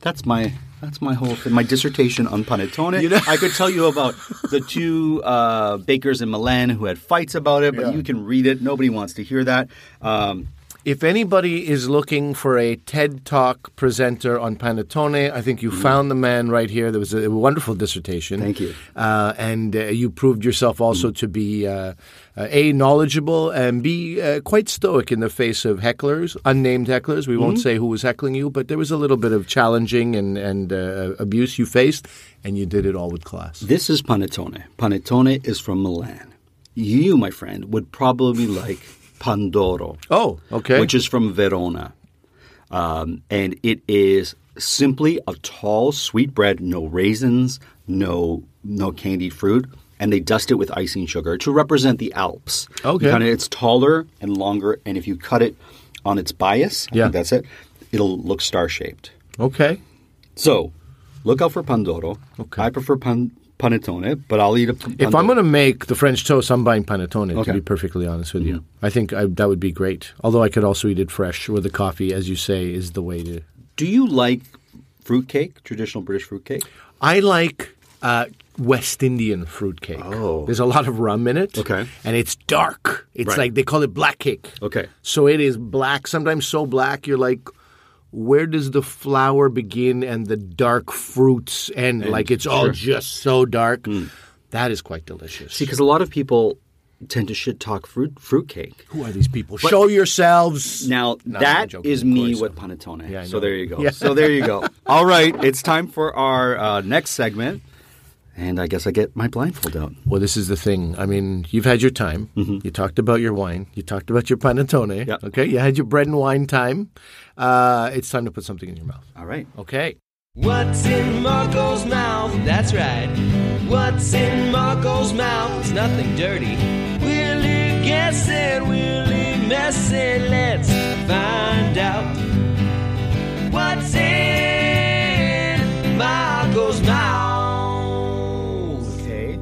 Speaker 5: That's my that's my whole thing. My dissertation on panettone. I could tell you about the two uh, bakers in Milan who had fights about it, but you can read it. Nobody wants to hear that. Um,
Speaker 4: If anybody is looking for a TED Talk presenter on panettone, I think you found the man right here. There was a wonderful dissertation.
Speaker 5: Thank you.
Speaker 4: Uh, and uh, you proved yourself also to be uh, uh, a knowledgeable and b uh, quite stoic in the face of hecklers, unnamed hecklers. We won't say who was heckling you, but there was a little bit of challenging and and uh, abuse you faced, and you did it all with class.
Speaker 5: This is panettone. Panettone is from Milan. You, my friend, would probably like Pandoro.
Speaker 4: Oh, okay.
Speaker 5: Which is from Verona. Um, and it is simply a tall sweet bread, no raisins, no no candied fruit, and they dust it with icing sugar to represent the Alps. You
Speaker 4: Okay.
Speaker 5: kinda- it's taller and longer, and if you cut it on its bias, I
Speaker 4: Yeah.
Speaker 5: think that's it, it'll look star shaped.
Speaker 4: okay.
Speaker 5: So, look out for Pandoro.
Speaker 4: Okay.
Speaker 5: I prefer pan- panettone, but I'll eat a p-
Speaker 4: If I'm
Speaker 5: Pandoro.
Speaker 4: going to make the French toast, I'm buying panettone.
Speaker 5: Okay. Mm-hmm.
Speaker 4: To be perfectly honest with you, I think I, that would be great. Although I could also eat it fresh, or the coffee, as you say, is the way to.
Speaker 5: Do you like fruitcake, traditional British fruitcake?
Speaker 4: I like uh, West Indian fruitcake.
Speaker 5: Oh.
Speaker 4: There's a lot of rum in it.
Speaker 5: Okay.
Speaker 4: And it's dark. It's
Speaker 5: Right.
Speaker 4: like they call it black cake.
Speaker 5: Okay.
Speaker 4: So it is black, sometimes so black you're like where does the flower begin and the dark fruits end? like it's all just so dark. That is quite delicious.
Speaker 5: Mm. See, because a lot of people tend to shit talk fruit fruitcake.
Speaker 4: Who are these people? Show yourselves.
Speaker 5: Now
Speaker 4: No, I'm
Speaker 5: that
Speaker 4: joking,
Speaker 5: is
Speaker 4: of
Speaker 5: me
Speaker 4: course.
Speaker 5: with panettone.
Speaker 4: Yeah, I
Speaker 5: so
Speaker 4: know.
Speaker 5: there you go.
Speaker 4: Yeah.
Speaker 5: So there you go. All right, it's time for our uh, next segment, and I guess I get my blindfold out.
Speaker 4: Well, this is the thing. I mean, you've had your time. You talked about your wine. You talked about your panettone.
Speaker 5: Yeah.
Speaker 4: Okay. You had your bread and wine time. Uh, it's time to put something in your mouth.
Speaker 5: All right.
Speaker 4: Okay.
Speaker 6: What's in Marco's mouth? That's right. What's in Marco's mouth? It's nothing dirty. We'll leave guessing, we'll leave messing. Let's find out what's in Marco's mouth.
Speaker 5: Okay.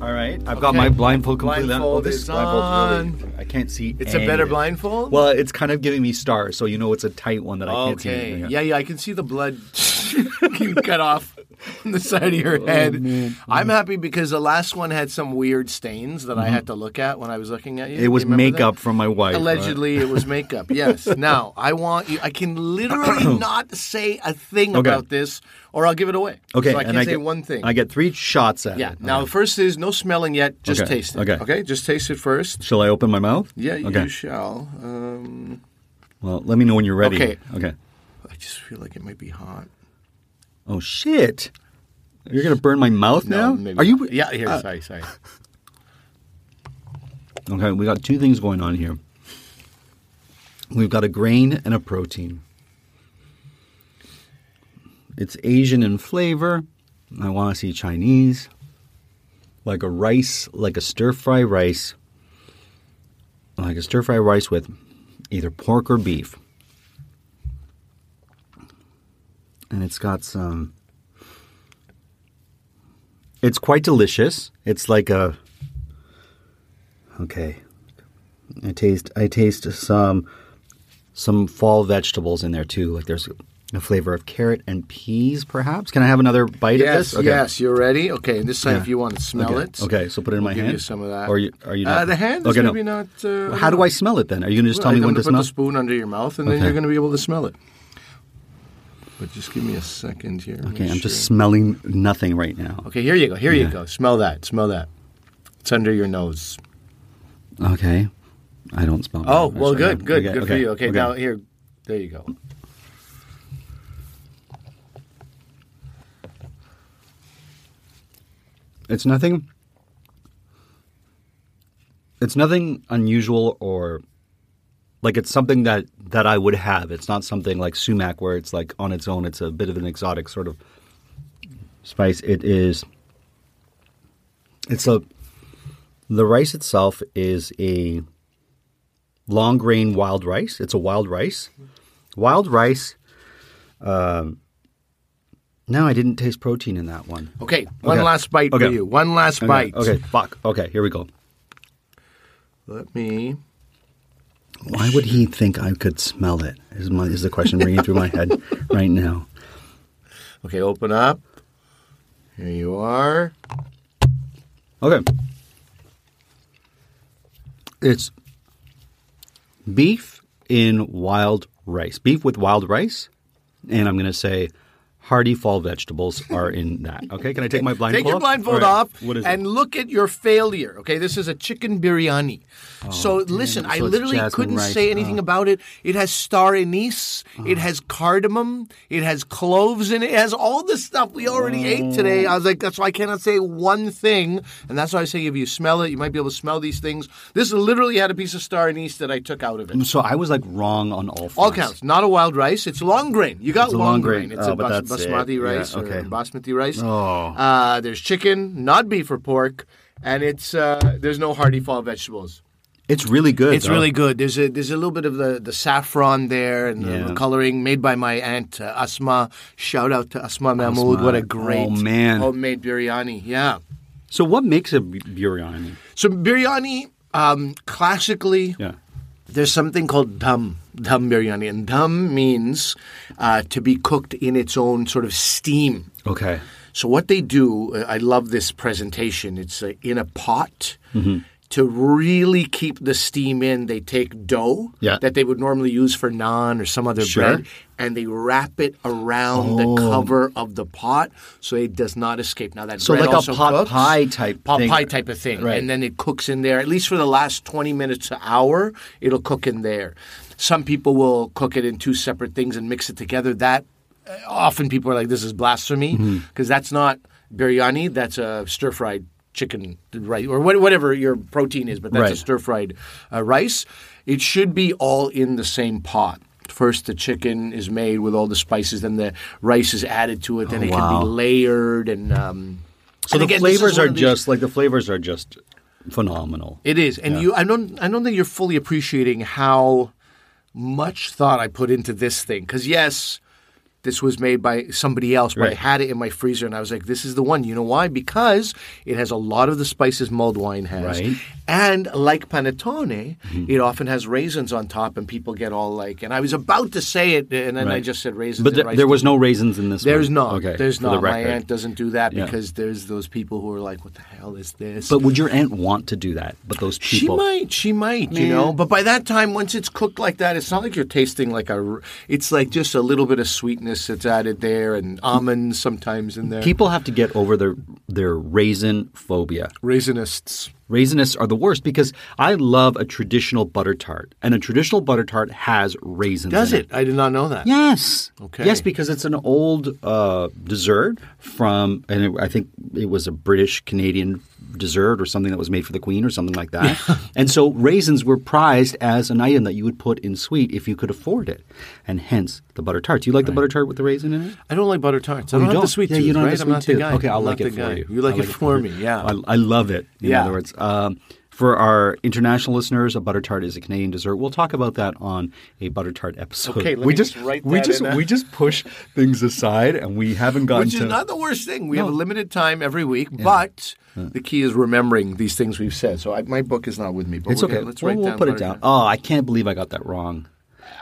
Speaker 5: All right. I've got
Speaker 4: Okay.
Speaker 5: my blindfold completely on.
Speaker 4: Blindfold
Speaker 5: this
Speaker 4: is
Speaker 5: blindfold's really- I can't see.
Speaker 4: It's a better
Speaker 5: anything.
Speaker 4: blindfold?
Speaker 5: Well, it's kind of giving me stars, so you know it's a tight one that I can't see.
Speaker 4: Okay.
Speaker 5: anything.
Speaker 4: Yeah, yeah, I can see the blood you cut off on the side of
Speaker 5: Oh,
Speaker 4: your head. I'm happy because the last one had some weird stains that I had to look at when I was looking at you.
Speaker 5: Mm-hmm. It was
Speaker 4: You remember that?
Speaker 5: makeup from my wife. right?
Speaker 4: Allegedly, it was makeup. Yes. now I want you. I can literally not say a thing
Speaker 5: Okay.
Speaker 4: about this, or I'll give it away.
Speaker 5: Okay.
Speaker 4: So I
Speaker 5: and
Speaker 4: can't
Speaker 5: I
Speaker 4: say
Speaker 5: get,
Speaker 4: one thing.
Speaker 5: I get three shots at
Speaker 4: yeah.
Speaker 5: it.
Speaker 4: Now,
Speaker 5: Okay.
Speaker 4: first is no smelling yet. Just
Speaker 5: Okay,
Speaker 4: taste it.
Speaker 5: okay.
Speaker 4: Okay. Just taste it first.
Speaker 5: Shall I open my mouth?
Speaker 4: Yeah.
Speaker 5: Okay.
Speaker 4: You shall. Um,
Speaker 5: well, let me know when you're ready.
Speaker 4: Okay.
Speaker 5: Okay.
Speaker 4: I just feel like it might be hot.
Speaker 5: Oh shit! You're gonna burn my mouth now?
Speaker 4: maybe
Speaker 5: Are you?
Speaker 4: not. Yeah. Here.
Speaker 5: Uh,
Speaker 4: sorry. Sorry.
Speaker 5: Okay. We got two things going on here. We've got a grain and a protein. It's Asian in flavor. I want to see Chinese, like a rice, like a stir fry rice, like a stir fry rice with either pork or beef, and it's got some. It's quite delicious. It's like a. Okay. I taste I taste some some fall vegetables in there too. Like there's a flavor of carrot and peas, perhaps. Can I have another bite of
Speaker 4: Yes,
Speaker 5: this? Okay.
Speaker 4: yes, you're ready. Okay, and this time,
Speaker 5: Yeah.
Speaker 4: if you want to smell
Speaker 5: Okay.
Speaker 4: it,
Speaker 5: Okay, so put it in my
Speaker 4: give
Speaker 5: hand.
Speaker 4: you some of that.
Speaker 5: Or you, are you
Speaker 4: Uh,
Speaker 5: not?
Speaker 4: the hand is
Speaker 5: okay,
Speaker 4: maybe not, uh,
Speaker 5: How do I smell it then? Are you going to just
Speaker 4: Well,
Speaker 5: tell me
Speaker 4: I'm
Speaker 5: when
Speaker 4: gonna
Speaker 5: to
Speaker 4: put
Speaker 5: smell?
Speaker 4: the spoon under your mouth, and then
Speaker 5: Okay.
Speaker 4: you're going to be able to smell it. But just give me a second here.
Speaker 5: okay, I'm just smelling nothing right now.
Speaker 4: Okay, here you go. Here you go. Smell that. Smell that. It's under your nose.
Speaker 5: Okay, I don't smell.
Speaker 4: Oh,
Speaker 5: that,
Speaker 4: well,
Speaker 5: actually.
Speaker 4: good, good,
Speaker 5: Okay,
Speaker 4: good for
Speaker 5: okay,
Speaker 4: you. Okay, now here, there you go.
Speaker 5: It's nothing. It's nothing unusual or like it's something that that I would have. It's not something like sumac where it's like on its own. It's a bit of an exotic sort of spice. It is. It's a. The rice itself is a long grain wild rice. It's a wild rice. Wild rice. Um, no, I didn't taste protein in that one.
Speaker 4: Okay, one
Speaker 5: Okay.
Speaker 4: last bite for
Speaker 5: Okay.
Speaker 4: you. One last
Speaker 5: Okay,
Speaker 4: bite.
Speaker 5: Okay, fuck. Okay, here we go.
Speaker 4: Let me.
Speaker 5: Why would he think I could smell it? Is my is the question ringing through my head right now?
Speaker 4: Okay, open up. Here you are.
Speaker 5: Okay. It's beef in wild rice. Beef with wild rice, and I'm gonna say hearty fall vegetables are in that. Okay, can I take my blindfold?
Speaker 4: Take your
Speaker 5: off?
Speaker 4: blindfold
Speaker 5: All right,
Speaker 4: off
Speaker 5: What is
Speaker 4: and
Speaker 5: it?
Speaker 4: look at your failure. Okay, this is a chicken biryani. so listen,
Speaker 5: Oh, So
Speaker 4: I
Speaker 5: it's
Speaker 4: literally
Speaker 5: jasmine
Speaker 4: couldn't
Speaker 5: rice. Oh. Uh-huh.
Speaker 4: say anything about it. It has star anise, it has cardamom, it has cloves in it, it has all the stuff we already ate today. I was like, that's why I cannot say one thing. And that's why I say if you smell it, you might be able to smell these things. This literally had a piece of star anise that I took out of it.
Speaker 5: So I was like wrong on all fronts.
Speaker 4: All counts. Not a wild rice. It's long grain. You got
Speaker 5: It's a
Speaker 4: long,
Speaker 5: long
Speaker 4: grain.
Speaker 5: grain.
Speaker 4: It's
Speaker 5: Oh,
Speaker 4: a
Speaker 5: but
Speaker 4: bas-
Speaker 5: that's it.
Speaker 4: basmati
Speaker 5: Yeah,
Speaker 4: rice
Speaker 5: okay.
Speaker 4: or basmati rice.
Speaker 5: Oh.
Speaker 4: Uh, there's chicken, not beef or pork, and it's uh, there's no hearty fall vegetables.
Speaker 5: It's really good.
Speaker 4: It's
Speaker 5: though.
Speaker 4: really good. There's a there's a little bit of the, the saffron there and the-
Speaker 5: Yeah.
Speaker 4: the coloring made by my aunt uh, Asma. Shout out to Asma Mahmood. What a great
Speaker 5: Oh, man.
Speaker 4: homemade biryani. Yeah.
Speaker 5: So what makes a bu- biryani?
Speaker 4: So biryani, um, classically,
Speaker 5: Yeah.
Speaker 4: there's something called dham, dham biryani, and dham means uh, to be cooked in its own sort of steam.
Speaker 5: Okay.
Speaker 4: So what they do, uh, I love this presentation. It's uh, in a pot.
Speaker 5: Mm-hmm.
Speaker 4: To really keep the steam in, they take dough
Speaker 5: Yeah.
Speaker 4: that they would normally use for naan or some other
Speaker 5: Sure. Oh.
Speaker 4: bread, and they wrap it around the cover of the pot so it does not escape. Now that
Speaker 5: So
Speaker 4: bread
Speaker 5: like a
Speaker 4: also
Speaker 5: pot
Speaker 4: cooks.
Speaker 5: pie type
Speaker 4: pot
Speaker 5: thing.
Speaker 4: pie type of thing,
Speaker 5: Right.
Speaker 4: and then it cooks in there at least for the last twenty minutes to hour. It'll cook in there. Some people will cook it in two separate things and mix it together. That uh, often people are like, "This is blasphemy,"
Speaker 5: Mm-hmm.
Speaker 4: because that's not biryani. That's a stir fried chicken rice or what- whatever your protein is, but that's a
Speaker 5: Right.
Speaker 4: stir fried uh, rice. It should be all in the same pot. First, the chicken is made with all the spices, then the rice is added to it, then
Speaker 5: Oh,
Speaker 4: it can
Speaker 5: wow.
Speaker 4: be layered and. Um,
Speaker 5: So
Speaker 4: and
Speaker 5: the
Speaker 4: again, this is
Speaker 5: flavors
Speaker 4: one
Speaker 5: are
Speaker 4: of these-
Speaker 5: just like the flavors are just phenomenal.
Speaker 4: It is, and you. I don't. I don't think you're fully appreciating how much thought I put into this thing. Because yes, this was made by somebody else, but I
Speaker 5: Right.
Speaker 4: had it in my freezer, and I was like, "This is the one." You know why? Because it has a lot of the spices mulled wine has,
Speaker 5: Right. Mm-hmm.
Speaker 4: and like panettone, it often has raisins on top, and people get all like. And I was about to say it, and then I
Speaker 5: Right.
Speaker 4: just said raisins.
Speaker 5: But
Speaker 4: and
Speaker 5: there,
Speaker 4: rice
Speaker 5: there was no raisins in this.
Speaker 4: There's
Speaker 5: one.
Speaker 4: not.
Speaker 5: Okay,
Speaker 4: there's
Speaker 5: for the
Speaker 4: not. My
Speaker 5: record.
Speaker 4: aunt doesn't do that
Speaker 5: Yeah.
Speaker 4: because there's those people who are like, "What the hell is this?"
Speaker 5: But would your aunt want to do that? But those
Speaker 4: She
Speaker 5: people.
Speaker 4: might, she might, you know. But by that time, once it's cooked like that, it's not like you're tasting like a. r- It's like just a little bit of sweetness that's added there, and almonds sometimes in there.
Speaker 5: People have to get over their their raisin phobia.
Speaker 4: raisinists.
Speaker 5: Raisinists are the worst because I love a traditional butter tart, and a traditional butter tart has raisins.
Speaker 4: Does
Speaker 5: in
Speaker 4: it? I did not know that.
Speaker 5: Yes.
Speaker 4: Okay.
Speaker 5: Yes, because it's an old uh, dessert from, and it, I think it was a British Canadian dessert or something that was made for the Queen or something like that. and so raisins were prized as an item that you would put in sweet if you could afford it, and hence the butter tart. Do you like the butter tart with the raisin in it?
Speaker 4: I don't like butter tarts. I don't,
Speaker 5: Oh, you
Speaker 4: have the
Speaker 5: don't?
Speaker 4: sweet
Speaker 5: yeah,
Speaker 4: tooth.
Speaker 5: you don't
Speaker 4: right?
Speaker 5: have the
Speaker 4: I'm not
Speaker 5: sweet
Speaker 4: the
Speaker 5: tooth.
Speaker 4: guy.
Speaker 5: Okay, I'll
Speaker 4: I'm
Speaker 5: like
Speaker 4: not
Speaker 5: it
Speaker 4: the
Speaker 5: for
Speaker 4: guy.
Speaker 5: you.
Speaker 4: You like,
Speaker 5: I
Speaker 4: it for me?
Speaker 5: you.
Speaker 4: Yeah.
Speaker 5: I, I love it. In
Speaker 4: Yeah.
Speaker 5: other words, um, for our international listeners, a butter tart is a Canadian dessert. We'll talk about that on a butter tart episode.
Speaker 4: Okay, let
Speaker 5: we
Speaker 4: me
Speaker 5: just
Speaker 4: just write
Speaker 5: we
Speaker 4: that
Speaker 5: just
Speaker 4: in, uh.
Speaker 5: we just push things aside, and we haven't gotten
Speaker 4: Which is
Speaker 5: to
Speaker 4: not the worst thing. We have a limited time every week, but the key is remembering these things we've said. So I, my book is not with me, but
Speaker 5: It's
Speaker 4: we're
Speaker 5: okay.
Speaker 4: gonna- let's
Speaker 5: we'll
Speaker 4: write
Speaker 5: we'll
Speaker 4: down
Speaker 5: put it
Speaker 4: butter
Speaker 5: down.
Speaker 4: tart.
Speaker 5: Oh, I can't believe I got that wrong.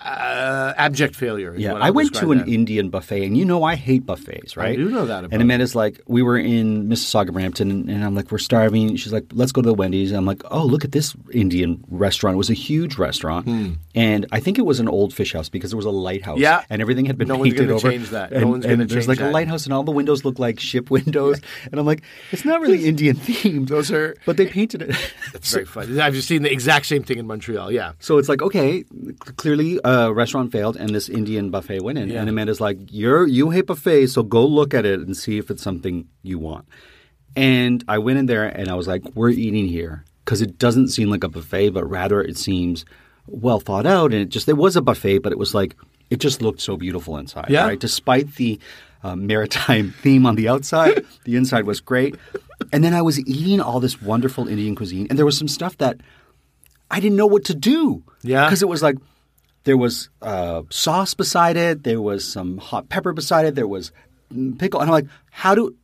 Speaker 4: uh, abject failure. is
Speaker 5: Yeah,
Speaker 4: what
Speaker 5: I went
Speaker 4: describe
Speaker 5: to an
Speaker 4: that.
Speaker 5: Indian buffet, and you know I hate buffets, right?
Speaker 4: do know that about
Speaker 5: and Amanda's like, we were in Mississauga, Brampton, and I'm like, we're starving. She's like, let's go to the Wendy's. And I'm like, oh, look at this Indian restaurant. It was a huge restaurant, and I think it was an old fish house because there was a lighthouse.
Speaker 4: Hmm. Yeah.
Speaker 5: and everything had been
Speaker 4: No one's
Speaker 5: painted
Speaker 4: gonna
Speaker 5: over.
Speaker 4: change that. No
Speaker 5: And,
Speaker 4: one's gonna
Speaker 5: and there's
Speaker 4: change
Speaker 5: like a
Speaker 4: that.
Speaker 5: lighthouse, and all the windows look like ship windows. and I'm like, it's not really Indian themed. Those
Speaker 4: are-
Speaker 5: but they painted it.
Speaker 4: It's very funny. I've just seen the exact same thing in Montreal. Yeah.
Speaker 5: So it's like okay, c- clearly a restaurant failed, and this Indian buffet went in.
Speaker 4: Yeah.
Speaker 5: And Amanda's like, "You're you hate buffets, so go look at it and see if it's something you want." And I went in there and I was like, "We're eating here because it doesn't seem like a buffet, but rather it seems well thought out." And it just it was a buffet, but it was like it just looked so beautiful inside.
Speaker 4: Yeah.
Speaker 5: right? Despite the uh, maritime theme on the outside, the inside was great. And then I was eating all this wonderful Indian cuisine, and there was some stuff that I didn't know what to do.
Speaker 4: Yeah.
Speaker 5: Because it was like there was uh, sauce beside it, there was some hot pepper beside it, there was mm, pickle, and I'm like, how do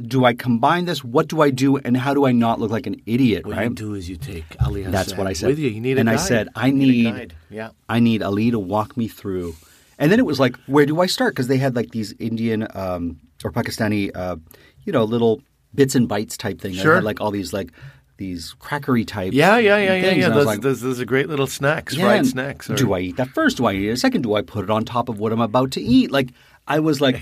Speaker 5: do I combine this? What do I do? And how do I not look like an idiot?
Speaker 4: What
Speaker 5: right.
Speaker 4: you do is you take Ali.
Speaker 5: That's what I said.
Speaker 4: With you, you need a
Speaker 5: and I
Speaker 4: guide.
Speaker 5: said, I
Speaker 4: You
Speaker 5: need,
Speaker 4: a guide. Yeah.
Speaker 5: I need Ali to walk me through. And then it was like, where do I start? Because they had like these Indian um, or Pakistani, uh, you know, little bits and bites type thing. They
Speaker 4: Sure.
Speaker 5: had like all these like these crackery type.
Speaker 4: Yeah, yeah, yeah, yeah,
Speaker 5: things.
Speaker 4: yeah.
Speaker 5: And I was
Speaker 4: Those,
Speaker 5: like,
Speaker 4: those, those are great little snacks,
Speaker 5: yeah,
Speaker 4: fried
Speaker 5: and
Speaker 4: snacks.
Speaker 5: Do I eat that first? Do I eat it second? Do I put it on top of what I'm about to eat? Like I was like,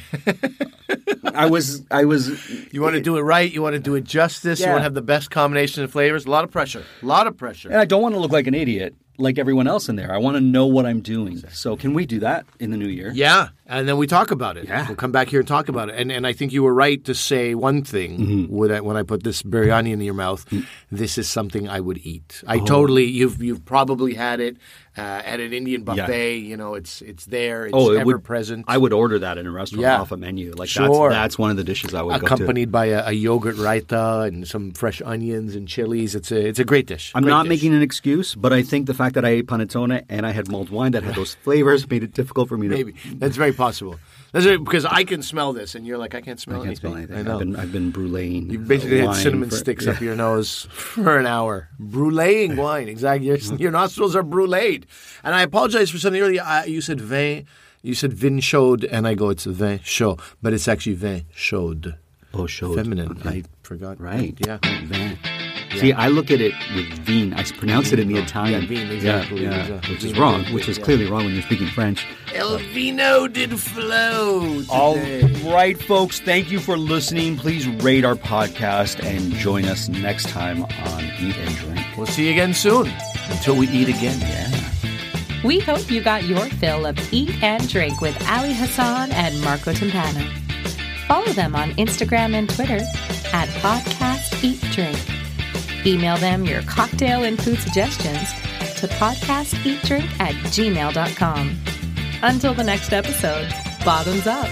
Speaker 5: I was, I was
Speaker 4: You want to do it right. You want to do it justice. You
Speaker 5: Yeah.
Speaker 4: want to have the best combination of flavors. A lot of pressure. A lot of pressure.
Speaker 5: And I don't want to look like an idiot like everyone else in there. I want to know what I'm doing. So can we do that in the new year?
Speaker 4: Yeah, and then we talk about it.
Speaker 5: Yeah.
Speaker 4: We'll come back here and talk about it. And and I think you were right to say one thing
Speaker 5: Mm-hmm.
Speaker 4: when, I, when I put this biryani in your mouth.
Speaker 5: Mm.
Speaker 4: This is something I would eat. I
Speaker 5: Oh.
Speaker 4: totally. You've you've probably had it uh, at an Indian buffet. You know, it's it's there. It's ever present.
Speaker 5: I Oh, would order that in a restaurant
Speaker 4: Yeah.
Speaker 5: off a menu. Like
Speaker 4: Sure.
Speaker 5: that's that's one of the dishes I would go to.
Speaker 4: accompanied by a, a yogurt raita and some fresh onions and chilies. It's a it's a great dish.
Speaker 5: I'm
Speaker 4: Great
Speaker 5: not
Speaker 4: dish.
Speaker 5: making an excuse, but I think the fact that I ate panettone and I had mulled wine that had those flavors made it difficult for me to.
Speaker 4: maybe that's very possible. That's very, because I can smell this, and you're like, I can't
Speaker 5: I
Speaker 4: smell
Speaker 5: can't
Speaker 4: anything.
Speaker 5: smell anything.
Speaker 4: I
Speaker 5: I've
Speaker 4: know.
Speaker 5: been I've been bruleeing.
Speaker 4: You basically
Speaker 5: uh,
Speaker 4: had
Speaker 5: wine
Speaker 4: cinnamon
Speaker 5: for-
Speaker 4: sticks up
Speaker 5: yeah.
Speaker 4: your nose for an hour, bruleeing wine. Exactly, your,
Speaker 5: Mm-hmm.
Speaker 4: your nostrils are bruleed. And I apologize for something earlier. I, you said vin, you said vin showed, and I go it's vin show, but it's actually vin showed,
Speaker 5: Oh, showed.
Speaker 4: feminine.
Speaker 5: Okay.
Speaker 4: I forgot.
Speaker 5: Right.
Speaker 4: Yeah.
Speaker 5: Vin. See, I look at it with vin. I s- pronounce it in the Italian.
Speaker 4: Yeah, vin, exactly.
Speaker 5: yeah,
Speaker 4: Exactly.
Speaker 5: Which is
Speaker 4: Vin,
Speaker 5: wrong,
Speaker 4: exactly,
Speaker 5: which is
Speaker 4: yeah.
Speaker 5: clearly wrong when you're speaking French.
Speaker 4: El vino did flow.
Speaker 5: All
Speaker 4: today.
Speaker 5: right, folks. Thank you for listening. Please rate our podcast and join us next time on Eat and Drink.
Speaker 4: We'll see you again soon. Until we eat again.
Speaker 5: Yeah.
Speaker 3: We hope you got your fill of Eat and Drink with Ali Hassan and Marco Timpano. Follow them on Instagram and Twitter at Podcast Eat Drink. Email them your cocktail and food suggestions to podcasteatdrink at gmail.com. Until the next episode, bottoms up.